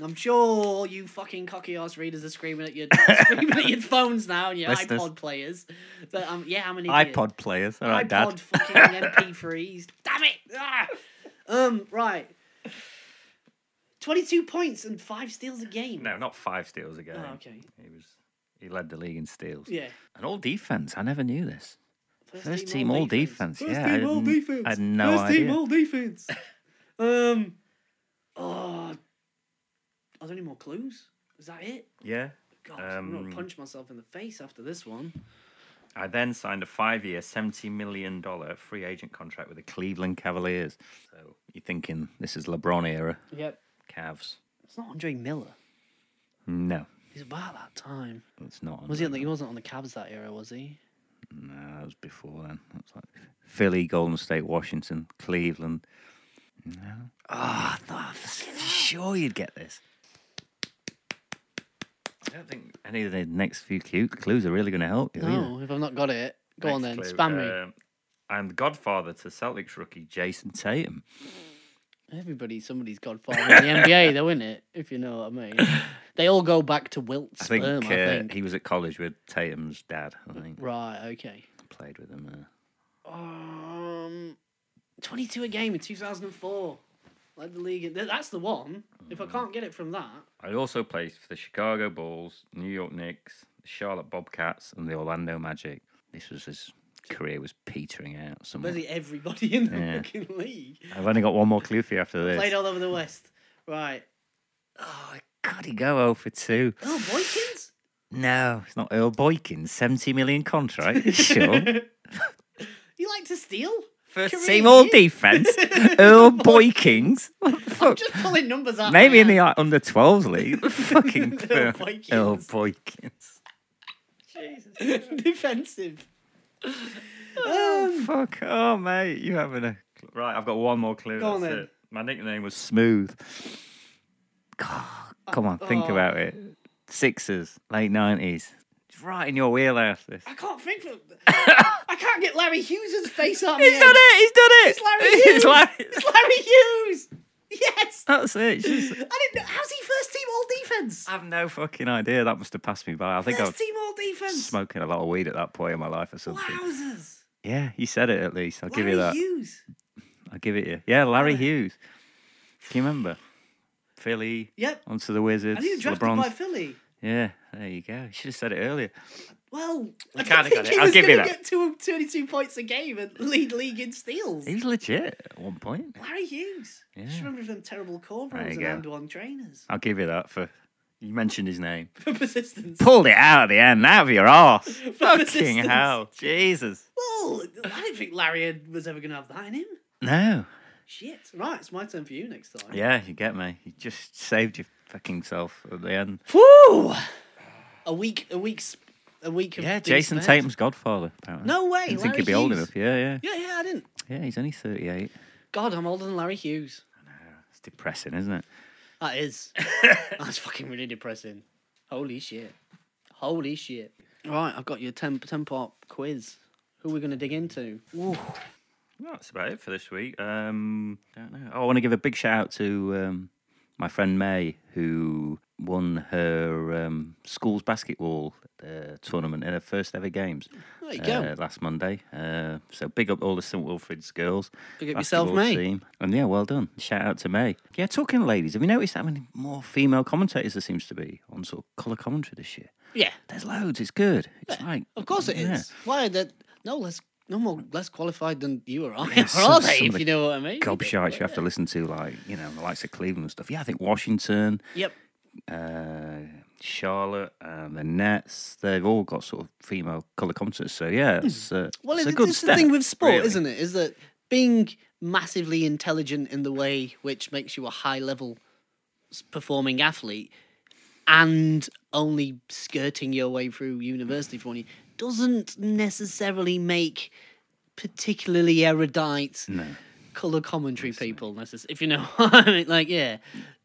[SPEAKER 2] I'm sure all you fucking cocky ass readers are screaming at your screaming at your phones now and your
[SPEAKER 1] Listeners.
[SPEAKER 2] iPod players. But um, yeah, I'm an idiot.
[SPEAKER 1] iPod players. All right,
[SPEAKER 2] iPod
[SPEAKER 1] Dad.
[SPEAKER 2] fucking MP3s. Damn it! Ah! Um, right. Twenty-two points and five steals a game.
[SPEAKER 1] No, not five steals a game.
[SPEAKER 2] Oh, okay.
[SPEAKER 1] He was he led the league in steals.
[SPEAKER 2] Yeah.
[SPEAKER 1] And all defense. I never knew this. First team all defense.
[SPEAKER 2] First
[SPEAKER 1] Yeah, I
[SPEAKER 2] team all
[SPEAKER 1] hadn't-
[SPEAKER 2] defense.
[SPEAKER 1] I had no
[SPEAKER 2] First team
[SPEAKER 1] idea.
[SPEAKER 2] all defense. um, oh, are there any more clues? Is that it?
[SPEAKER 1] Yeah.
[SPEAKER 2] God, I'm
[SPEAKER 1] Um,
[SPEAKER 2] gonna punch myself in the face after this one.
[SPEAKER 1] I then signed a five-year, seventy million dollar free agent contract with the Cleveland Cavaliers. So you're thinking this is LeBron era
[SPEAKER 2] Yep.
[SPEAKER 1] Cavs?
[SPEAKER 2] It's not Andre Miller.
[SPEAKER 1] No,
[SPEAKER 2] He's about that time.
[SPEAKER 1] it's not.
[SPEAKER 2] Was he? On the,
[SPEAKER 1] under-
[SPEAKER 2] he wasn't on the Cavs that era, was he?
[SPEAKER 1] No, that was before then. That was like Philly, Golden State, Washington, Cleveland. No. Ah, I thought for sure you'd get this. I don't think any of the next few cu- clues are really going to help you. either.
[SPEAKER 2] No, if I've not got it, go on then.
[SPEAKER 1] Oh, Next clue,
[SPEAKER 2] Spam me.
[SPEAKER 1] um, I'm the godfather to Celtics rookie Jason Tatum.
[SPEAKER 2] Everybody, somebody's godfather in the NBA, though, isn't it? If you know what I mean. They all go back to Wilt
[SPEAKER 1] I think,
[SPEAKER 2] Sperm, I think.
[SPEAKER 1] uh, he was at college with Tatum's dad. I think
[SPEAKER 2] Right, okay.
[SPEAKER 1] played with him. Uh,
[SPEAKER 2] Um, 22 a game in 2004. Led the league. in- That's the one. If I can't get it from that,
[SPEAKER 1] I also played for the Chicago Bulls, New York Knicks, the Charlotte Bobcats, and the Orlando Magic. This was his career was petering out. Somewhere.
[SPEAKER 2] basically everybody in the
[SPEAKER 1] Yeah.
[SPEAKER 2] fucking league
[SPEAKER 1] I've only got one more clue for you after this.
[SPEAKER 2] played all over the West. Right.
[SPEAKER 1] Oh, God, he go 0 for 2.
[SPEAKER 2] Oh, Boykins?
[SPEAKER 1] No, it's not Earl Boykins. 70 million contract. Sure.
[SPEAKER 2] you like to steal?
[SPEAKER 1] First
[SPEAKER 2] Career
[SPEAKER 1] team all
[SPEAKER 2] year?
[SPEAKER 1] defense. Earl Boykins. What the
[SPEAKER 2] I'm
[SPEAKER 1] fuck?
[SPEAKER 2] just pulling numbers out.
[SPEAKER 1] Maybe
[SPEAKER 2] my
[SPEAKER 1] in the
[SPEAKER 2] ass.
[SPEAKER 1] like, under 12s league. Fucking
[SPEAKER 2] Earl
[SPEAKER 1] Boykins.
[SPEAKER 2] Boykins.
[SPEAKER 1] Earl Boykins.
[SPEAKER 2] defensive.
[SPEAKER 1] Oh, fuck. Oh, mate. You having a. Right, I've got one more clue.
[SPEAKER 2] Go on
[SPEAKER 1] that's
[SPEAKER 2] then.
[SPEAKER 1] it. My nickname was Smooth. God, come on, think
[SPEAKER 2] oh.
[SPEAKER 1] about it. Sixers, late 90s. It's right in your wheelhouse, this.
[SPEAKER 2] I can't think of. I can't get Larry Hughes' face out. of my
[SPEAKER 1] He's
[SPEAKER 2] head.
[SPEAKER 1] done it! He's done it!
[SPEAKER 2] It's Larry
[SPEAKER 1] It's Larry-
[SPEAKER 2] It's Larry Hughes. Yes.
[SPEAKER 1] That's it. it's just-
[SPEAKER 2] I didn't know. How's he first team all defense?
[SPEAKER 1] I have no fucking idea. That must have passed me by. I think I
[SPEAKER 2] First
[SPEAKER 1] was
[SPEAKER 2] team all defense.
[SPEAKER 1] smoking a lot of weed at that point in my life or something.
[SPEAKER 2] Wowzers.
[SPEAKER 1] Yeah, you said it at least. I'll give
[SPEAKER 2] Larry
[SPEAKER 1] you that.
[SPEAKER 2] Hughes.
[SPEAKER 1] I'll give it you. Yeah, Larry
[SPEAKER 2] Larry.
[SPEAKER 1] Hughes. Can you remember? Philly,
[SPEAKER 2] Yep.
[SPEAKER 1] onto the Wizards.
[SPEAKER 2] And he was drafted
[SPEAKER 1] LeBron's.
[SPEAKER 2] by Philly.
[SPEAKER 1] Yeah, there you go. You should have said it earlier.
[SPEAKER 2] Well, I
[SPEAKER 1] You
[SPEAKER 2] don't
[SPEAKER 1] kinda
[SPEAKER 2] think
[SPEAKER 1] got it.
[SPEAKER 2] he
[SPEAKER 1] I'll
[SPEAKER 2] was
[SPEAKER 1] give you
[SPEAKER 2] gonna
[SPEAKER 1] that.
[SPEAKER 2] get two, 22 points a game and lead league in steals.
[SPEAKER 1] He was legit at one point.
[SPEAKER 2] Larry Hughes.
[SPEAKER 1] Yeah.
[SPEAKER 2] Just remember them terrible
[SPEAKER 1] There you
[SPEAKER 2] cornrows and
[SPEAKER 1] go.
[SPEAKER 2] hand-on trainers.
[SPEAKER 1] I'll give you that for. You mentioned his name.
[SPEAKER 2] For persistence.
[SPEAKER 1] Pulled it out at the end, out of your arse. Fucking
[SPEAKER 2] persistence.
[SPEAKER 1] hell. Jesus.
[SPEAKER 2] Well, I didn't think Larry had- was ever going to have that in him.
[SPEAKER 1] No.
[SPEAKER 2] Shit. Right, it's my turn for you next time.
[SPEAKER 1] Yeah, you get me. You just saved your fucking self at the end.
[SPEAKER 2] Whew! A week, a week's, a week of
[SPEAKER 1] Yeah,
[SPEAKER 2] being
[SPEAKER 1] Jason
[SPEAKER 2] spared.
[SPEAKER 1] Tatum's godfather. Apparently.
[SPEAKER 2] No way,
[SPEAKER 1] Didn't think
[SPEAKER 2] Larry
[SPEAKER 1] he'd be old
[SPEAKER 2] Hughes.
[SPEAKER 1] enough. Yeah, yeah,
[SPEAKER 2] Yeah, yeah, I didn't.
[SPEAKER 1] yeah. He's only thirty-eight.
[SPEAKER 2] God, I'm older than Larry Hughes.
[SPEAKER 1] It's depressing, isn't it?
[SPEAKER 2] That is. That's fucking really depressing. Holy shit. Holy shit. Right, I've got your 10, 10 part quiz. Who are we going to dig into? Ooh.
[SPEAKER 1] Well, that's about it for this week. Um, don't know. Oh, I want to give a big shout out to um, my friend May, who won her um, school's basketball uh, tournament in her first ever games
[SPEAKER 2] There you
[SPEAKER 1] uh,
[SPEAKER 2] go.
[SPEAKER 1] last Monday. Uh, so big up all the St Wilfrid's girls.
[SPEAKER 2] Big up yourself,
[SPEAKER 1] basketball
[SPEAKER 2] May.
[SPEAKER 1] Team. And yeah, well done. Shout out to May. Yeah, talking of ladies, have you noticed how many more female commentators there seems to be on sort of colour commentary this year?
[SPEAKER 2] Yeah,
[SPEAKER 1] There's loads. It's good. It's like
[SPEAKER 2] of course it is.
[SPEAKER 1] yeah.
[SPEAKER 2] Why that? No less, no more less qualified than you or I,
[SPEAKER 1] some-
[SPEAKER 2] or are they?
[SPEAKER 1] some of
[SPEAKER 2] If
[SPEAKER 1] the
[SPEAKER 2] you know what I mean.
[SPEAKER 1] gobshites you have to listen to, like you know, the likes of Cleveland and stuff. Yeah, I think Washington,
[SPEAKER 2] Yep.
[SPEAKER 1] uh, Charlotte, and the Nets. They've all got sort of female color concerts. So yeah, it's, uh,
[SPEAKER 2] Hmm. Well,
[SPEAKER 1] it's
[SPEAKER 2] it's,
[SPEAKER 1] a good
[SPEAKER 2] it's
[SPEAKER 1] step,
[SPEAKER 2] the thing with sport,
[SPEAKER 1] really.
[SPEAKER 2] isn't it? Is that being massively intelligent in the way which makes you a high level s- performing athlete and only skirting your way through university for money doesn't necessarily make particularly erudite color commentary people necessarily if you know what i mean like yeah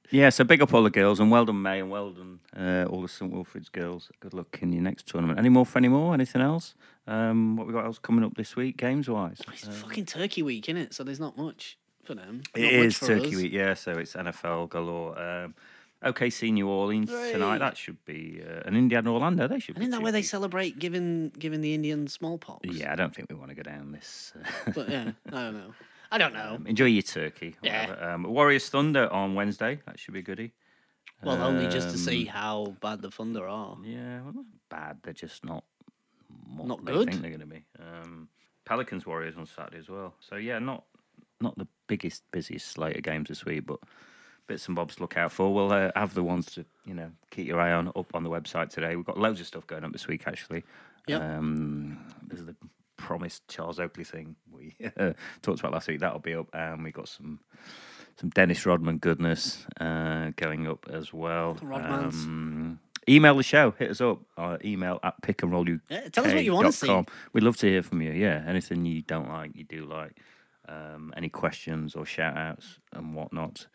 [SPEAKER 1] Yeah, so big up all the girls and well done May and well done uh, all the St Wilfrid's girls. Good luck in your next tournament. Any more for any more? Anything else? Um, what we got else coming up this week, games wise?
[SPEAKER 2] it's fucking turkey week isn't it so there's not much for them
[SPEAKER 1] It
[SPEAKER 2] not much
[SPEAKER 1] is
[SPEAKER 2] for
[SPEAKER 1] Turkey
[SPEAKER 2] us.
[SPEAKER 1] Week, yeah. So it's NFL galore. Um, OKC New Orleans
[SPEAKER 2] Hooray.
[SPEAKER 1] tonight. That should be uh, an Indiana Orlando. They should.
[SPEAKER 2] and isn't
[SPEAKER 1] be
[SPEAKER 2] that where they
[SPEAKER 1] Tuesday.
[SPEAKER 2] celebrate giving giving the indian smallpox
[SPEAKER 1] Yeah, I don't think we want to go down this. uh,
[SPEAKER 2] But yeah, I don't know. I don't know.
[SPEAKER 1] um, enjoy your turkey.
[SPEAKER 2] Yeah.
[SPEAKER 1] whatever. Um, Warriors Thunder on Wednesday. That should be a goodie.
[SPEAKER 2] Well, only just to
[SPEAKER 1] um,
[SPEAKER 2] see how bad the Thunder are.
[SPEAKER 1] Yeah, well, not bad. They're just not what
[SPEAKER 2] Not
[SPEAKER 1] they
[SPEAKER 2] good.
[SPEAKER 1] think they're going to be. Um, Pelicans Warriors on Saturday as well. So yeah, not not the biggest busiest slate of games this week, but bits and bobs to look out for. We'll uh, have the ones to you know keep your eye on up on the website today. We've got loads of stuff going up this week actually.
[SPEAKER 2] Yep.
[SPEAKER 1] Um, there's the promised Charles Oakley thing we talked about last week. That'll be up, and we got some some Dennis Rodman goodness uh, going up as well.
[SPEAKER 2] Rodmans.
[SPEAKER 1] Um, email the show. Hit us up. Uh, email at pick and roll you.
[SPEAKER 2] Yeah, tell us what you wanna see.
[SPEAKER 1] We'd love to hear from you. Yeah, anything you don't like, you do like. Um, any questions or shout outs and whatnot,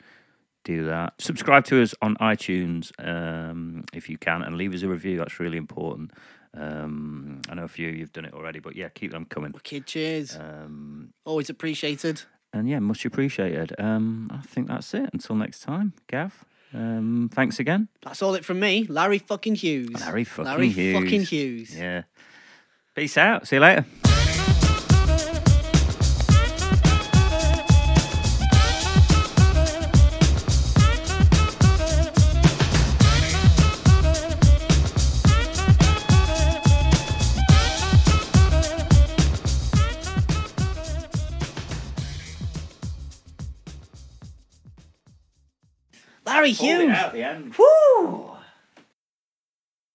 [SPEAKER 1] do that. Subscribe to us on iTunes um, if you can and leave us a review. That's really important. Um, I know a few of you've done it already, but yeah, keep them coming.
[SPEAKER 2] Kid, cheers.
[SPEAKER 1] Um,
[SPEAKER 2] Always appreciated.
[SPEAKER 1] and yeah, much appreciated. Um, I think that's it. Until next time, Gav. Um, thanks again,
[SPEAKER 2] That's all it from me, Larry fucking Hughes.
[SPEAKER 1] Larry fucking
[SPEAKER 2] Larry
[SPEAKER 1] Hughes.
[SPEAKER 2] fucking Hughes.
[SPEAKER 1] Yeah. Peace out. See you later.
[SPEAKER 2] Larry Hughes.
[SPEAKER 1] the end.
[SPEAKER 2] Oh, Woo!